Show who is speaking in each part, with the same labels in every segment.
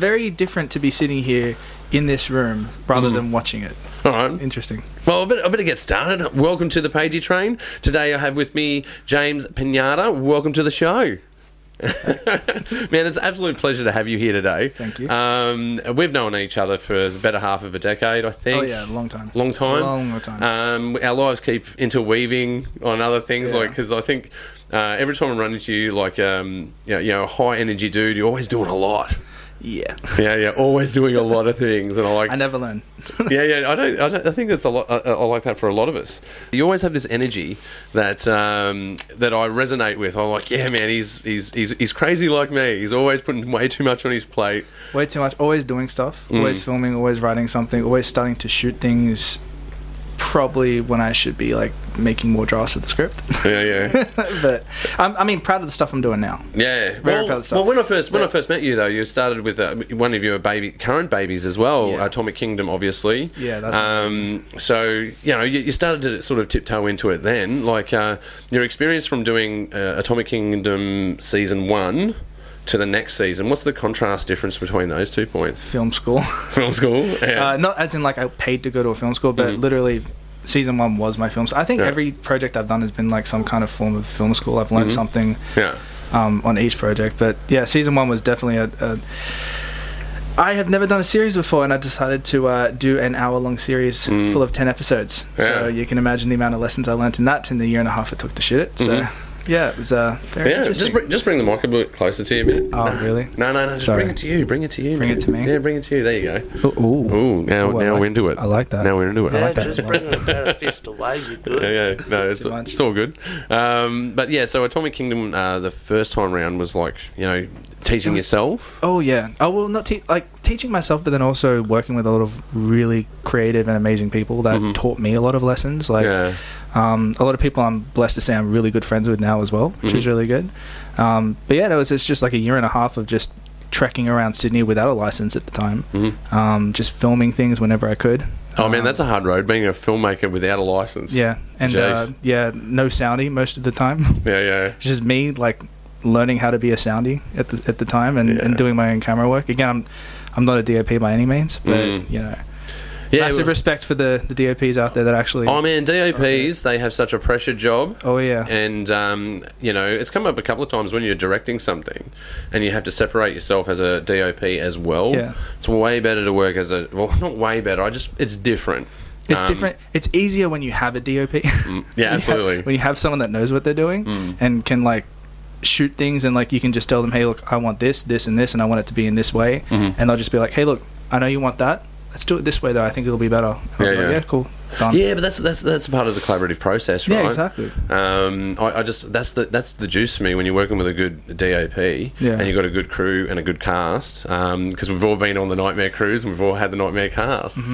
Speaker 1: very different to be sitting here in this room rather
Speaker 2: Mm.
Speaker 1: than watching it.
Speaker 2: All right.
Speaker 1: Interesting. Oh,
Speaker 2: Well, I better, I better get started. Welcome to the Pagey Train. Today I have with me James Pinata. Welcome to the show. Man, it's an absolute pleasure to have you here today.
Speaker 1: Thank you.
Speaker 2: Um, we've known each other for the better half of a decade, I think.
Speaker 1: Oh yeah, long time.
Speaker 2: Long time.
Speaker 1: Long time.
Speaker 2: Um, our lives keep interweaving on other things,
Speaker 1: Yeah.
Speaker 2: like because I think uh, every time I run into you, like um, you know, you know, a high energy dude, you're always doing a lot.
Speaker 1: yeah.
Speaker 2: Yeah, yeah, always doing a lot of things, and I like.
Speaker 1: I never learn.
Speaker 2: yeah, yeah. I don't. I, don't, I think that's a lot. I, I like that for a lot of us. You always have this energy that um, that I resonate with. I'm like, yeah, man. He's he's he's he's crazy like me. He's always putting way too much on his plate.
Speaker 1: Way too much. Always doing stuff.
Speaker 2: Mm.
Speaker 1: Always filming. Always writing something. Always starting to shoot things. Probably when I should be like making more drafts of the script.
Speaker 2: Yeah, yeah,
Speaker 1: but I'm, I mean, proud of the stuff I'm doing now. Very
Speaker 2: yeah.
Speaker 1: proud
Speaker 2: Well,
Speaker 1: of stuff.
Speaker 2: well, when I first when I
Speaker 1: Yeah.
Speaker 2: first met you though, you started with uh, one of your baby current babies as well,
Speaker 1: Yeah.
Speaker 2: Atomic Kingdom, obviously.
Speaker 1: Yeah, that's
Speaker 2: um. So you know, you, you started to sort of tiptoe into it then. Like uh, your experience from doing uh, Atomic Kingdom season one to the next season. What's the contrast difference between those two points?
Speaker 1: Film school.
Speaker 2: Film school. Yeah.
Speaker 1: Uh, not as in like I paid to go to a film school, but literally season one was my film. school. I think
Speaker 2: Mm-hmm. Yeah.
Speaker 1: every project I've done has been like some kind of form of film school. I've
Speaker 2: Mm-hmm.
Speaker 1: learned something
Speaker 2: yeah.
Speaker 1: um, on each project, but yeah, season one was definitely a. a I have never done a series before, and I decided to uh, do an hour-long series full of ten episodes. So
Speaker 2: Mm. Yeah.
Speaker 1: you can imagine the amount of lessons I learned in that in the year and a half it took to shoot it. So yeah, it was uh, very
Speaker 2: Mm-hmm. Yeah,
Speaker 1: interesting.
Speaker 2: just bring, just bring the mic a bit closer to you, man.
Speaker 1: oh really?
Speaker 2: No, no, no. Just
Speaker 1: Sorry.
Speaker 2: bring it to you. Bring it to you.
Speaker 1: Bring
Speaker 2: man.
Speaker 1: it to me?
Speaker 2: Yeah, bring it to you. There you go.
Speaker 1: Ooh,
Speaker 2: Ooh, now
Speaker 1: Ooh, I
Speaker 2: now
Speaker 1: like-
Speaker 2: we're into it.
Speaker 1: I like that.
Speaker 2: Now we're into it.
Speaker 1: I
Speaker 3: Yeah,
Speaker 1: like that a
Speaker 3: just
Speaker 1: lot.
Speaker 3: bring the therapist away, you good.
Speaker 2: yeah, yeah, no, it's,
Speaker 1: Too much.
Speaker 2: it's all good. Um, but yeah, so Atomic Kingdom, uh, the first time round was like you know teaching
Speaker 1: It was-
Speaker 2: yourself.
Speaker 1: Oh yeah. Oh well, not te- like teaching myself, but then also working with a lot of really creative and amazing people that
Speaker 2: Mhm.
Speaker 1: taught me a lot of lessons. Like
Speaker 2: yeah,
Speaker 1: um, a lot of people, I'm blessed to say I'm really good friends with now as well, which is
Speaker 2: Mhm.
Speaker 1: really good. Um, but yeah, that was it's just like a year and a half of just trekking around Sydney without a license at the time,
Speaker 2: Mhm.
Speaker 1: um, just filming things whenever I could.
Speaker 2: oh man,
Speaker 1: Um,
Speaker 2: that's a hard road being a filmmaker without a license.
Speaker 1: yeah, and uh,
Speaker 2: Jeez.
Speaker 1: yeah, no soundy most of the time.
Speaker 2: yeah, yeah.
Speaker 1: It's just me like learning how to be a soundy at the at the time and, and
Speaker 2: Yeah.
Speaker 1: doing my own camera work. Again, I'm I'm not a DOP by any means, but
Speaker 2: Mm.
Speaker 1: you know,
Speaker 2: yeah
Speaker 1: massive
Speaker 2: well-
Speaker 1: respect for the the DOPs out there that actually.
Speaker 2: oh man, DOPs they have such a pressure job.
Speaker 1: oh yeah,
Speaker 2: And um, you know, it's come up a couple of times when you're directing something, and you have to separate yourself as a DOP as well.
Speaker 1: Yeah.
Speaker 2: It's way better to work as a well, not way better. I just it's different.
Speaker 1: it's
Speaker 2: Um,
Speaker 1: different. It's easier when you have a DOP.
Speaker 2: mm, Yeah, absolutely. Mm.
Speaker 1: when you have someone that knows what they're doing and can like shoot things and like you can just tell them, hey, look, I want this, this, and this, and I want it to be in this way, and they'll just be like, hey, look, I know you want that. Let's do it this way though. I think it'll be better. And I'll
Speaker 2: Yeah,
Speaker 1: be like,
Speaker 2: yeah.
Speaker 1: cool, done.
Speaker 2: Yeah, but that's that's that's part of the collaborative process,
Speaker 1: Yeah,
Speaker 2: right?
Speaker 1: exactly.
Speaker 2: Um, I, I just that's the that's the juice for me when you're working with a good DOP
Speaker 1: Yeah.
Speaker 2: and you've got a good crew and a good cast. Because we've all been on the nightmare cruise and we've all had the nightmare casts.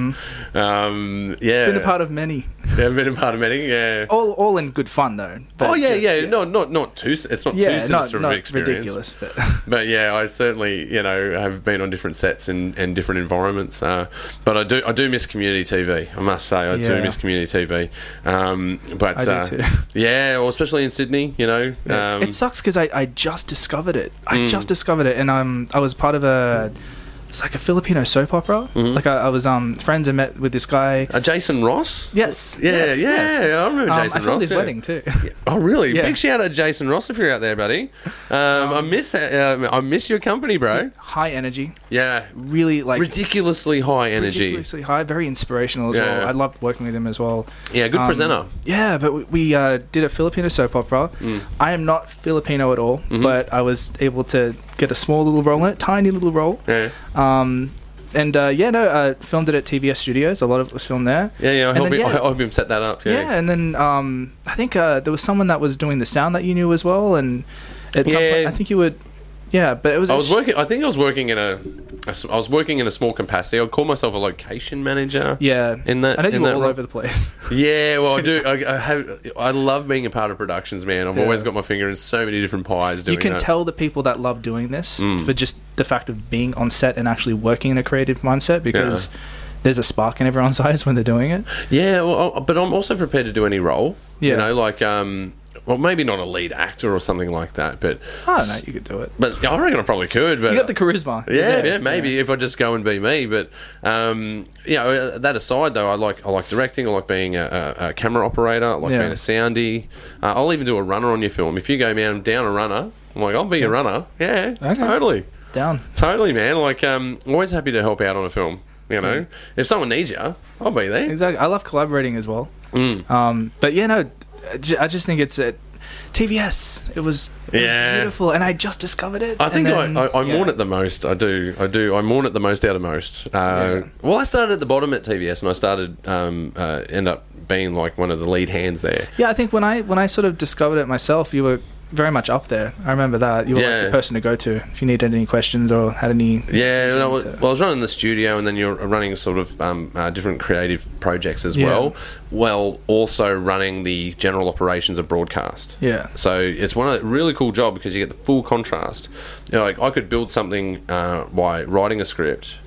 Speaker 2: Um, yeah,
Speaker 1: Mm-hmm. Been a part Oh, of many,
Speaker 2: yeah, been a part of many. Yeah.
Speaker 1: all all in good fun though. but
Speaker 2: Oh yeah,
Speaker 1: just-
Speaker 2: yeah, No, not not too. It's not
Speaker 1: yeah,
Speaker 2: too
Speaker 1: not,
Speaker 2: sinister of
Speaker 1: not
Speaker 2: an experience.
Speaker 1: ridiculous. But
Speaker 2: But yeah, I certainly you know have been on different sets and, and different environments. Uh, but I do I do miss community TV. I must say I do
Speaker 1: Yeah.
Speaker 2: miss community TV. Um, but
Speaker 1: I do
Speaker 2: uh,
Speaker 1: too.
Speaker 2: yeah, well, especially in Sydney, you know.
Speaker 1: Yeah.
Speaker 2: Um, mm.
Speaker 1: it sucks because I, I just discovered it. I just discovered it, and um, I was part of a it's like a Filipino soap opera.
Speaker 2: Mm-hmm.
Speaker 1: Like I, I was um friends and met with this guy.
Speaker 2: uh, Jason Ross.
Speaker 1: Yes,
Speaker 2: Yeah,
Speaker 1: yes,
Speaker 2: yeah,
Speaker 1: yes.
Speaker 2: yeah, I remember
Speaker 1: Um,
Speaker 2: Jason
Speaker 1: I filmed
Speaker 2: Ross.
Speaker 1: his
Speaker 2: yeah.
Speaker 1: wedding too.
Speaker 2: Oh, really?
Speaker 1: Yeah.
Speaker 2: Big shout out to Jason Ross if you're out there, buddy. Um, I miss uh, I miss your company, bro.
Speaker 1: high energy,
Speaker 2: Yeah,
Speaker 1: really like
Speaker 2: ridiculously high energy.
Speaker 1: ridiculously high, very inspirational as
Speaker 2: Yeah.
Speaker 1: well. I loved working with him as well.
Speaker 2: Yeah, good
Speaker 1: Um,
Speaker 2: presenter.
Speaker 1: Yeah, but we, we uh, did a Filipino soap opera.
Speaker 2: Mm.
Speaker 1: I am not Filipino at all,
Speaker 2: Mm-hmm.
Speaker 1: but I was able to get a small little role in it, tiny little role.
Speaker 2: Yeah.
Speaker 1: Um, and uh, yeah, no, uh, filmed it at TBS Studios. A lot of it was filmed there.
Speaker 2: Yeah, yeah, I
Speaker 1: And
Speaker 2: hope,
Speaker 1: then,
Speaker 2: him,
Speaker 1: yeah.
Speaker 2: I hope him set that up.
Speaker 1: Yeah,
Speaker 2: Yeah,
Speaker 1: and then um, I think uh, there was someone that was doing the sound that you knew as well, and at some
Speaker 2: Yeah.
Speaker 1: point, I think you would. Yeah, but it was.
Speaker 2: I was working. I think I was working in a. a s- I was working in a small capacity. I'd call myself a location manager.
Speaker 1: Yeah,
Speaker 2: in that-
Speaker 1: I know
Speaker 2: in
Speaker 1: you were
Speaker 2: that
Speaker 1: all
Speaker 2: role.
Speaker 1: over the place.
Speaker 2: Yeah, well, I do. I, I have. I love being a part of productions, man. I've
Speaker 1: Yeah.
Speaker 2: always got my finger in so many different pies.
Speaker 1: you
Speaker 2: Doing
Speaker 1: can
Speaker 2: that.
Speaker 1: tell the people that love doing this
Speaker 2: Mm.
Speaker 1: for just the fact of being on set and actually working in a creative mindset because there's a spark in everyone's eyes when they're doing it.
Speaker 2: Yeah, well, I- but I'm also prepared to do any role. You
Speaker 1: Yeah.
Speaker 2: know, like um, well, maybe not a lead actor or something like that, but
Speaker 1: I don't know. Oh, You could do it.
Speaker 2: but I reckon I probably could. But
Speaker 1: You got the charisma. You're
Speaker 2: yeah,
Speaker 1: there.
Speaker 2: yeah, maybe if I just go and be me. But um, you know, uh, that aside, though, I like I like directing. I like being a, a, a camera operator. I like
Speaker 1: Yeah.
Speaker 2: being a soundy. Uh, I'll even do a runner on your film. If you go, man, I'm down a runner. I'm like, I'll be a runner. Yeah,
Speaker 1: Okay.
Speaker 2: totally,
Speaker 1: Down.
Speaker 2: totally, man. Like, um, I'm always happy to help out on a film. You know, if someone needs you, I'll be there.
Speaker 1: Exactly. I love collaborating as well.
Speaker 2: Mm.
Speaker 1: Um, but yeah, no, I ju- I just think it's uh, at TVS. It was, it
Speaker 2: Yeah.
Speaker 1: was beautiful, and I just discovered it.
Speaker 2: I think
Speaker 1: and then-
Speaker 2: I, I, I
Speaker 1: yeah.
Speaker 2: mourn it the most. I do. I do. I mourn it the most out of most. Uh,
Speaker 1: Yeah.
Speaker 2: Well, I started at the bottom at TVS, and I started um, uh, end up being like one of the lead hands there.
Speaker 1: Yeah, I think when I when I sort of discovered it myself, you were very much up there. I remember that you were
Speaker 2: Yeah.
Speaker 1: like the person to go to if you needed any questions or had any.
Speaker 2: Yeah, and I was,
Speaker 1: to-
Speaker 2: well, I was running the studio, and then you're running sort of um, uh, different creative projects as
Speaker 1: Yeah.
Speaker 2: well, while also running the general operations of broadcast.
Speaker 1: Yeah.
Speaker 2: So it's one of the really cool job because you get the full contrast. You know, like I could build something uh, by writing a script,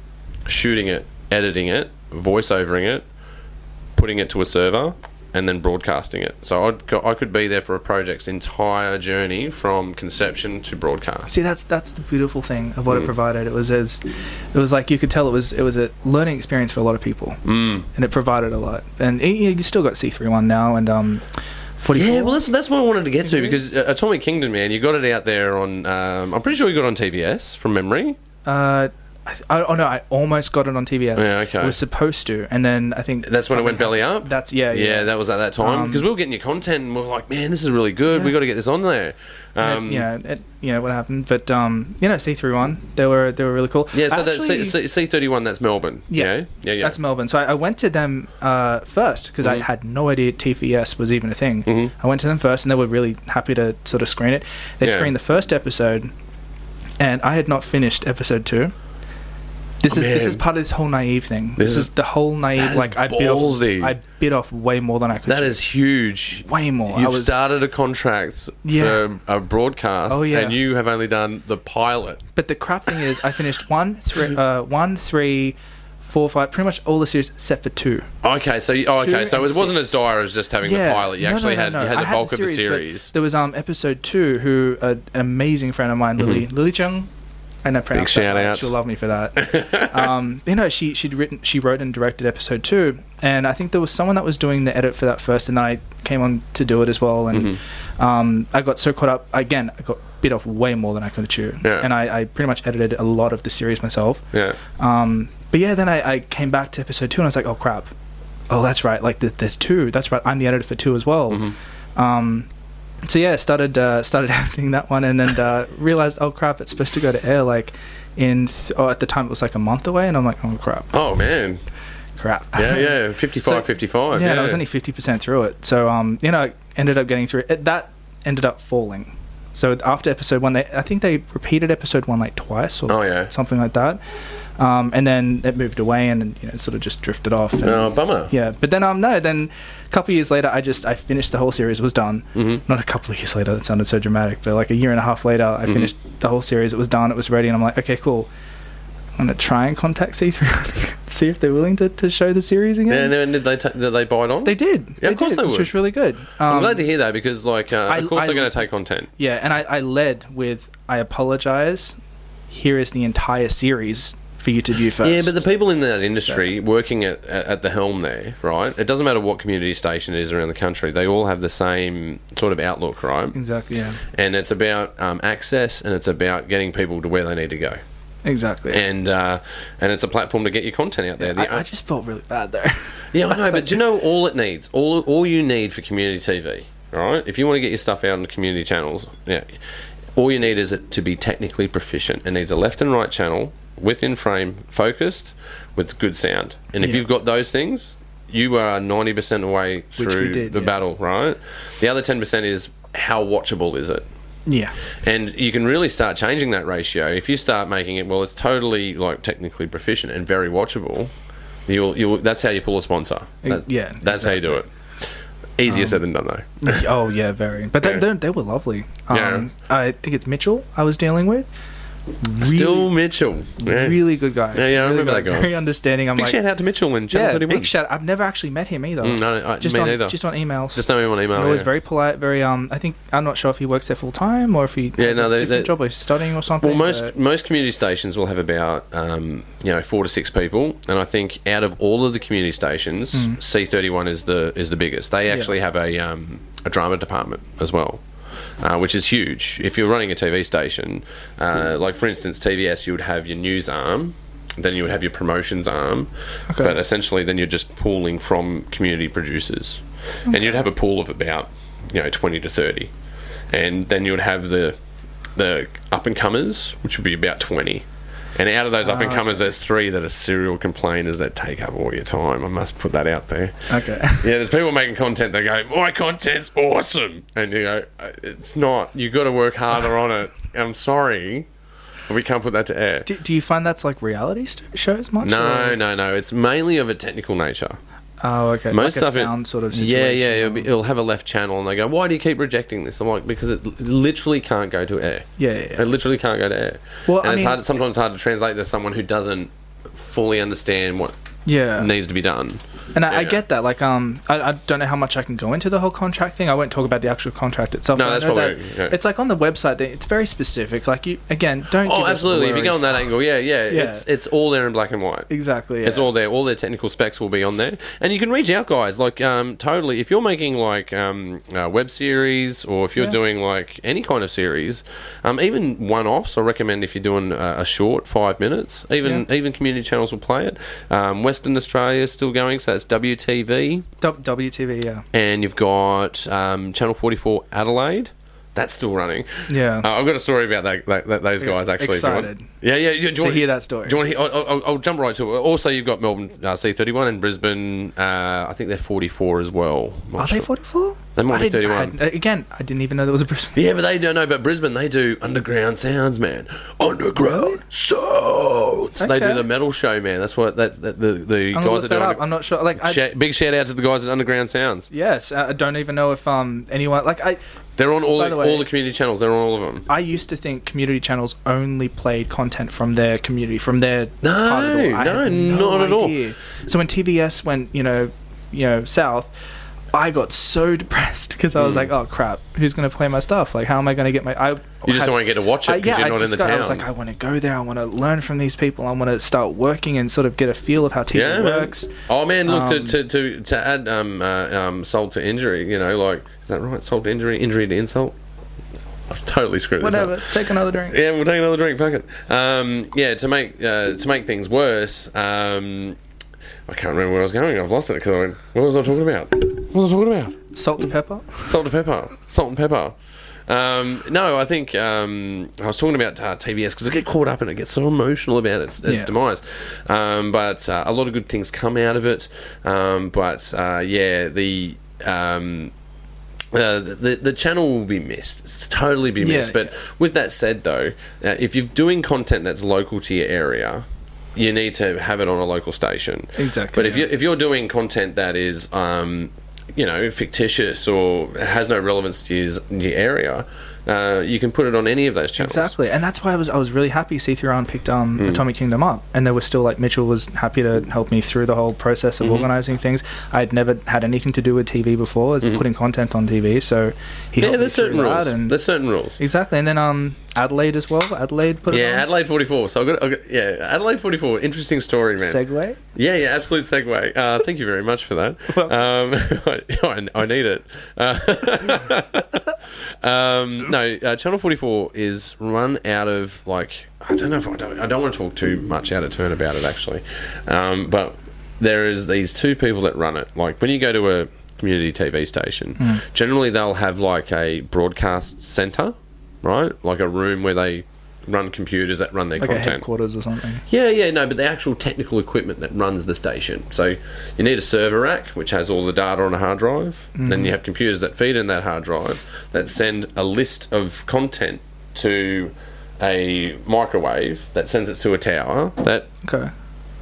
Speaker 2: shooting it, editing it, voiceovering it, putting it to a server, and then broadcasting it. So I'd go, I could be there for a project's entire journey from conception to broadcast.
Speaker 1: See, that's that's the beautiful thing of what it
Speaker 2: Mm.
Speaker 1: provided. It was as, it was like you could tell it was it was a learning experience for a lot of people,
Speaker 2: Mm.
Speaker 1: and it provided a lot. And you- you you still got C three one now and um, forty four.
Speaker 2: Yeah, well, that's that's what I wanted to get
Speaker 1: Mm-hmm.
Speaker 2: to because uh, Atomic Kingdom, man, you got it out there on. Um, I'm pretty sure you got it on TBS from memory.
Speaker 1: Uh, I, th- I, oh no, I almost got it on TBS.
Speaker 2: Yeah, okay.
Speaker 1: I was supposed to, and then I think
Speaker 2: That's when it
Speaker 1: something
Speaker 2: went belly
Speaker 1: happened.
Speaker 2: up?
Speaker 1: That's yeah,
Speaker 2: Yeah,
Speaker 1: yeah.
Speaker 2: that was at that time
Speaker 1: Um,
Speaker 2: because we were getting your content and we were like, man, this is really good. We
Speaker 1: Yeah.
Speaker 2: got to get this on there. Um,
Speaker 1: And it- yeah, it, yeah, what happened? But um, you know, C three one, they were they were really cool.
Speaker 2: yeah, so that's
Speaker 1: Actually,
Speaker 2: C- C thirty one. That's Melbourne.
Speaker 1: Yeah.
Speaker 2: yeah, yeah. yeah.
Speaker 1: that's Melbourne. So I, I went to them uh, first because I
Speaker 2: Mhm.
Speaker 1: had no idea TVS was even a thing.
Speaker 2: Mhm.
Speaker 1: I went to them first, and they were really happy to sort of screen it. They
Speaker 2: Yeah.
Speaker 1: screened the first episode, and I had not finished episode two. This is this
Speaker 2: Oh, Man.
Speaker 1: is part of this whole naive thing. This,
Speaker 2: This is-
Speaker 1: is the whole
Speaker 2: that
Speaker 1: naive
Speaker 2: is
Speaker 1: like I bit off,
Speaker 2: ballsy.
Speaker 1: I bit off way more than I could.
Speaker 2: that
Speaker 1: chew.
Speaker 2: is huge.
Speaker 1: way more. Oh, I
Speaker 2: You've
Speaker 1: was,
Speaker 2: started a contract
Speaker 1: Yeah.
Speaker 2: for a broadcast,
Speaker 1: Oh, yeah.
Speaker 2: and you have only done the pilot.
Speaker 1: but the crap thing is, I finished one, three, uh, one, three, four, five, pretty much all the series except for two.
Speaker 2: Okay, so you- oh,
Speaker 1: Two
Speaker 2: okay, so it
Speaker 1: and
Speaker 2: wasn't
Speaker 1: six.
Speaker 2: as dire as just having the pilot. You
Speaker 1: No, no,
Speaker 2: actually
Speaker 1: no,
Speaker 2: had
Speaker 1: no.
Speaker 2: you had
Speaker 1: I
Speaker 2: the bulk of the
Speaker 1: but
Speaker 2: series.
Speaker 1: There was um episode two, who uh, an amazing friend of mine, Lily Lily Chung, and I pronounced
Speaker 2: Mm-hmm. shout
Speaker 1: that right.
Speaker 2: out.
Speaker 1: She'll love me for that. um, you know, she she'd written, she wrote and directed episode two, and I think there was someone that was doing the edit for that first, and then I came on to do it as well, and
Speaker 2: Mm-hmm.
Speaker 1: um, I got so caught up again. I got bit off way more than I could chew,
Speaker 2: Yeah.
Speaker 1: and I, I pretty much edited a lot of the series myself.
Speaker 2: yeah.
Speaker 1: Um, but yeah, then I, I came back to episode two and I was like, oh crap, oh that's right, like th- there's two. That's right, I'm the editor for two as well.
Speaker 2: Mm-hmm.
Speaker 1: Um, so yeah, started uh, started editing that one and then uh, realized, oh crap, it's supposed to go to air like in th- oh at the time it was like a month away, and I'm like, oh crap,
Speaker 2: Oh man.
Speaker 1: crap.
Speaker 2: Yeah, yeah. 55,
Speaker 1: So-
Speaker 2: 55.
Speaker 1: yeah,
Speaker 2: Yeah,
Speaker 1: and I was only fifty percent through it. So um, you know, I ended up getting through it. That ended up falling. So after episode one, they I think they repeated episode one like twice or
Speaker 2: Oh yeah.
Speaker 1: something like that. Um, and then it moved away and you know sort of just drifted off. And,
Speaker 2: Oh, bummer.
Speaker 1: Yeah, but then um no, then a couple of years later, I just I finished the whole series. It was done.
Speaker 2: Mhm.
Speaker 1: Not a couple of years later. That sounded so dramatic, but like a year and a half later,
Speaker 2: Mm-hmm.
Speaker 1: I finished the whole series. It was done. It was ready, and I'm like, okay, cool. I'm gonna try and contact C3, see if they're willing to, to show the series again.
Speaker 2: Yeah, and then did they ta did they bite on?
Speaker 1: They did.
Speaker 2: Yeah, of course
Speaker 1: did,
Speaker 2: they
Speaker 1: which
Speaker 2: would.
Speaker 1: was really good. Um,
Speaker 2: I'm glad to hear that because, like, uh,
Speaker 1: I-
Speaker 2: of course
Speaker 1: I-
Speaker 2: they're going to take on ten.
Speaker 1: Yeah, and I, I led with I apologize. Here is the entire series for you to view first.
Speaker 2: Yeah, but the people in that industry working at, at at the helm there, right? It doesn't matter what community station it is around the country; they all have the same sort of outlook, right?
Speaker 1: exactly yeah
Speaker 2: And it's about um, access, and it's about getting people to where they need to go,
Speaker 1: exactly.
Speaker 2: and uh, and it's a platform to get your content out there. The
Speaker 1: I, I just felt really bad there.
Speaker 2: Yeah, I know, but do you know all it needs? All all you need for community TV, all right? If you want to get your stuff out on the community channels, yeah, all you need is it to be technically proficient. It needs a left and right channel within frame, focused, with good sound. And if
Speaker 1: Yeah.
Speaker 2: you've got those things, you are ninety percent away
Speaker 1: we
Speaker 2: through
Speaker 1: did,
Speaker 2: the
Speaker 1: yeah.
Speaker 2: battle, right? The other ten percent is how watchable is it?
Speaker 1: yeah.
Speaker 2: And you can really start changing that ratio if you start making it. Well, it's totally like technically proficient and very watchable. You'll, you'll that's how you pull a sponsor. That-
Speaker 1: yeah,
Speaker 2: that's how you do it. Easier said than done,
Speaker 1: Um,
Speaker 2: though.
Speaker 1: oh yeah, very. But they,
Speaker 2: Yeah.
Speaker 1: they, they were lovely. Um,
Speaker 2: Yeah.
Speaker 1: I think it's Mitchell I was dealing with. really,
Speaker 2: Still Mitchell. Yeah.
Speaker 1: really good guy.
Speaker 2: Yeah, yeah, I
Speaker 1: Really
Speaker 2: remember
Speaker 1: good
Speaker 2: that
Speaker 1: guy.
Speaker 2: guy.
Speaker 1: Very understanding. I'm
Speaker 2: Big
Speaker 1: like,
Speaker 2: shout out to Mitchell and Channel
Speaker 1: yeah,
Speaker 2: 31.
Speaker 1: big shout. I've never actually met him either.
Speaker 2: Mm, no, no, I-
Speaker 1: just
Speaker 2: me
Speaker 1: on,
Speaker 2: neither.
Speaker 1: Just on emails.
Speaker 2: Just know him on email.
Speaker 1: They're always
Speaker 2: yeah.
Speaker 1: very polite. Very um. I think I'm not sure if he works there full time or if he
Speaker 2: Yeah,
Speaker 1: has
Speaker 2: no,
Speaker 1: a
Speaker 2: they-
Speaker 1: different
Speaker 2: they-
Speaker 1: job or he's studying or something.
Speaker 2: Well, most
Speaker 1: but-
Speaker 2: most community stations will have about um, you know four to six people, and I think out of all of the community stations,
Speaker 1: Mm-hmm.
Speaker 2: C thirty one is the is the biggest. They actually have a um, a drama department as well. Uh, which is huge. If you're running a TV station, uh, like for instance TVS, you would have your news arm, then you would have your promotions arm,
Speaker 1: Okay.
Speaker 2: but essentially then you're just pooling from community producers, and you'd have a pool of about you know twenty to thirty, and then you would have the the up and comers, which would be about twenty. And out of those up and comers, there's three that are serial complainers that take up all your time. I must put that out there.
Speaker 1: okay.
Speaker 2: Yeah, there's people making content. They go, my content's awesome, and you go, "Uh, it's not. You got to work harder on it. I'm sorry, but we can't put that to air.
Speaker 1: do, do you find that's like reality st- shows much?
Speaker 2: No,
Speaker 1: or-
Speaker 2: no, no. It's mainly of a technical nature.
Speaker 1: Oh, okay.
Speaker 2: Most
Speaker 1: like
Speaker 2: stuff,
Speaker 1: a
Speaker 2: it-
Speaker 1: sound sort of.
Speaker 2: Yeah, yeah.
Speaker 1: situation
Speaker 2: It'll,
Speaker 1: or-
Speaker 2: be, it'll have a left channel, and they go, "Why do you keep rejecting this?" I'm like, "Because it l- literally can't go to air.
Speaker 1: Yeah, yeah, yeah.
Speaker 2: It literally can't go to air.
Speaker 1: Well,
Speaker 2: and
Speaker 1: I
Speaker 2: it's
Speaker 1: mean-
Speaker 2: hard. Sometimes it's hard to translate to someone who doesn't fully understand what
Speaker 1: yeah.
Speaker 2: needs to be done.
Speaker 1: And I, I
Speaker 2: Yeah.
Speaker 1: get that. Like, um, I, I don't know how much I can go into the whole contract thing. I won't talk about the actual contract itself.
Speaker 2: No,
Speaker 1: but I
Speaker 2: that's
Speaker 1: know
Speaker 2: probably-
Speaker 1: that
Speaker 2: yeah.
Speaker 1: It's like on the website. They, it's very specific. Like you again, don't.
Speaker 2: Oh,
Speaker 1: give us
Speaker 2: absolutely. If you go
Speaker 1: blurry
Speaker 2: on that
Speaker 1: stuff.
Speaker 2: angle, yeah, yeah,
Speaker 1: Yeah.
Speaker 2: it's it's all there in black and white.
Speaker 1: exactly.
Speaker 2: It's
Speaker 1: yeah.
Speaker 2: all there. All their technical specs will be on there, and you can reach out, guys. Like, um, totally. If you're making like um, uh, web series, or if you're
Speaker 1: Yeah.
Speaker 2: doing like any kind of series, um, even one-offs, I recommend if you're doing uh, a short five minutes. Even even community channels will play it. Um, Western Australia is still going, so that's WTV,
Speaker 1: W- WTV. Yeah,
Speaker 2: and you've got um, Channel 44 Adelaide. That's still running.
Speaker 1: yeah.
Speaker 2: Uh, I've got a story about that, that, that those guys actually. Do you want-
Speaker 1: Excited.
Speaker 2: yeah, yeah. yeah, Do you
Speaker 1: to
Speaker 2: want-
Speaker 1: hear that story.
Speaker 2: do you want to hear? I'll, I'll, I'll jump right to it. Also, you've got Melbourne uh, C31 and Brisbane. Uh, I think they're 44 as well. Not
Speaker 1: Are
Speaker 2: sure.
Speaker 1: they 44?
Speaker 2: They might
Speaker 1: I
Speaker 2: be
Speaker 1: didn't-
Speaker 2: 31.
Speaker 1: I- again, I didn't even know there was a Brisbane.
Speaker 2: Yeah, but they don't know. But Brisbane, they do underground sounds, man. Underground sounds. They
Speaker 1: Okay.
Speaker 2: do the metal show, man. That's what that, that the the
Speaker 1: I'm gonna look
Speaker 2: guys that
Speaker 1: that
Speaker 2: do.
Speaker 1: up.
Speaker 2: under-
Speaker 1: I'm not sure. Like, I,
Speaker 2: Shout- big shout out to the guys at Underground Sounds.
Speaker 1: yes, I I don't even know if um anyone like I.
Speaker 2: They're on all
Speaker 1: By
Speaker 2: the,
Speaker 1: the way-
Speaker 2: all the community channels. They're on all of them.
Speaker 1: I used to think community channels only played content from their community, from their
Speaker 2: No,
Speaker 1: part of the world. I
Speaker 2: no,
Speaker 1: had
Speaker 2: not at all.
Speaker 1: idea. So when TBS went, you know, you know, south, I got so depressed because I was like, oh crap, who's going to play my stuff? Like, how am I going to get my? I
Speaker 2: Hmm. You just
Speaker 1: had-
Speaker 2: don't want to get to watch
Speaker 1: I-
Speaker 2: it because
Speaker 1: I
Speaker 2: you're not in the
Speaker 1: discovered-
Speaker 2: town.
Speaker 1: I was like, "Oh, I want to go there. I want to learn from these people. I want to start working and sort of get a feel of how TV
Speaker 2: Yeah, man.
Speaker 1: works.
Speaker 2: Oh man, look
Speaker 1: Um,
Speaker 2: to, to, to, to add um, uh, um, salt to injury. You know, like is that right? Salt to injury, injury to insult. I've totally screwed
Speaker 1: Whatever.
Speaker 2: this up.
Speaker 1: Take another drink.
Speaker 2: Yeah, we'll take another drink. Fuck it. Um, yeah, to make uh, to make things worse, um, I can't remember where I was going. I've lost it because I went. What was I talking about? What was I talking about?
Speaker 1: Salt to pepper.
Speaker 2: Salt and pepper. Salt and pepper. Um, no, I think um, I was talking about uh, TVS because I get caught up in it, get so emotional about its, its
Speaker 1: Yeah.
Speaker 2: demise. Um, but uh, a lot of good things come out of it. Um, but uh, yeah, the. Um, uh, the the channel will be missed. It's totally be
Speaker 1: Yeah,
Speaker 2: missed. but with that said, though, uh, if you're doing content that's local to your area, you need to have it on a local station.
Speaker 1: Exactly,
Speaker 2: But if
Speaker 1: yeah.
Speaker 2: you if you're doing content that is um, you know fictitious or has no relevance to your, your area, uh, you can put it on any of those channels.
Speaker 1: Exactly, and that's why I was I was really happy C3RN picked um,
Speaker 2: Hmm.
Speaker 1: Atomic Kingdom up, and there was still like Mitchell was happy to help me through the whole process
Speaker 2: Mm-hmm.
Speaker 1: of organizing things. I had never had anything to do with TV before, as putting content on TV, so he
Speaker 2: Mm-hmm. Yeah,
Speaker 1: helped
Speaker 2: there's
Speaker 1: me through
Speaker 2: certain
Speaker 1: that,
Speaker 2: rules.
Speaker 1: and-
Speaker 2: There's certain rules.
Speaker 1: exactly, and then um Adelaide as well. Adelaide put it
Speaker 2: Yeah,
Speaker 1: on.
Speaker 2: Adelaide 44. So I got, I got yeah, Adelaide 44. Interesting story, man.
Speaker 1: Segway.
Speaker 2: Yeah, yeah, absolute segue. Uh, thank you very much for that. Um, I, I need it. Uh, um, no, uh, Channel Forty Four is run out of like I don't know if I don't I don't want to talk too much out of turn about it actually, um, but there is these two people that run it. Like when you go to a community TV station,
Speaker 1: Hmm.
Speaker 2: generally they'll have like a broadcast center, right? Like a room where they run computers that run their
Speaker 1: Like a
Speaker 2: content.
Speaker 1: headquarters or something.
Speaker 2: Yeah, yeah, no, but the actual technical equipment that runs the station. So you need a server rack, which has all the data on a hard drive.
Speaker 1: Mm-hmm.
Speaker 2: Then you have computers that feed in that hard drive that send a list of content to a microwave that sends it to a tower that
Speaker 1: Okay.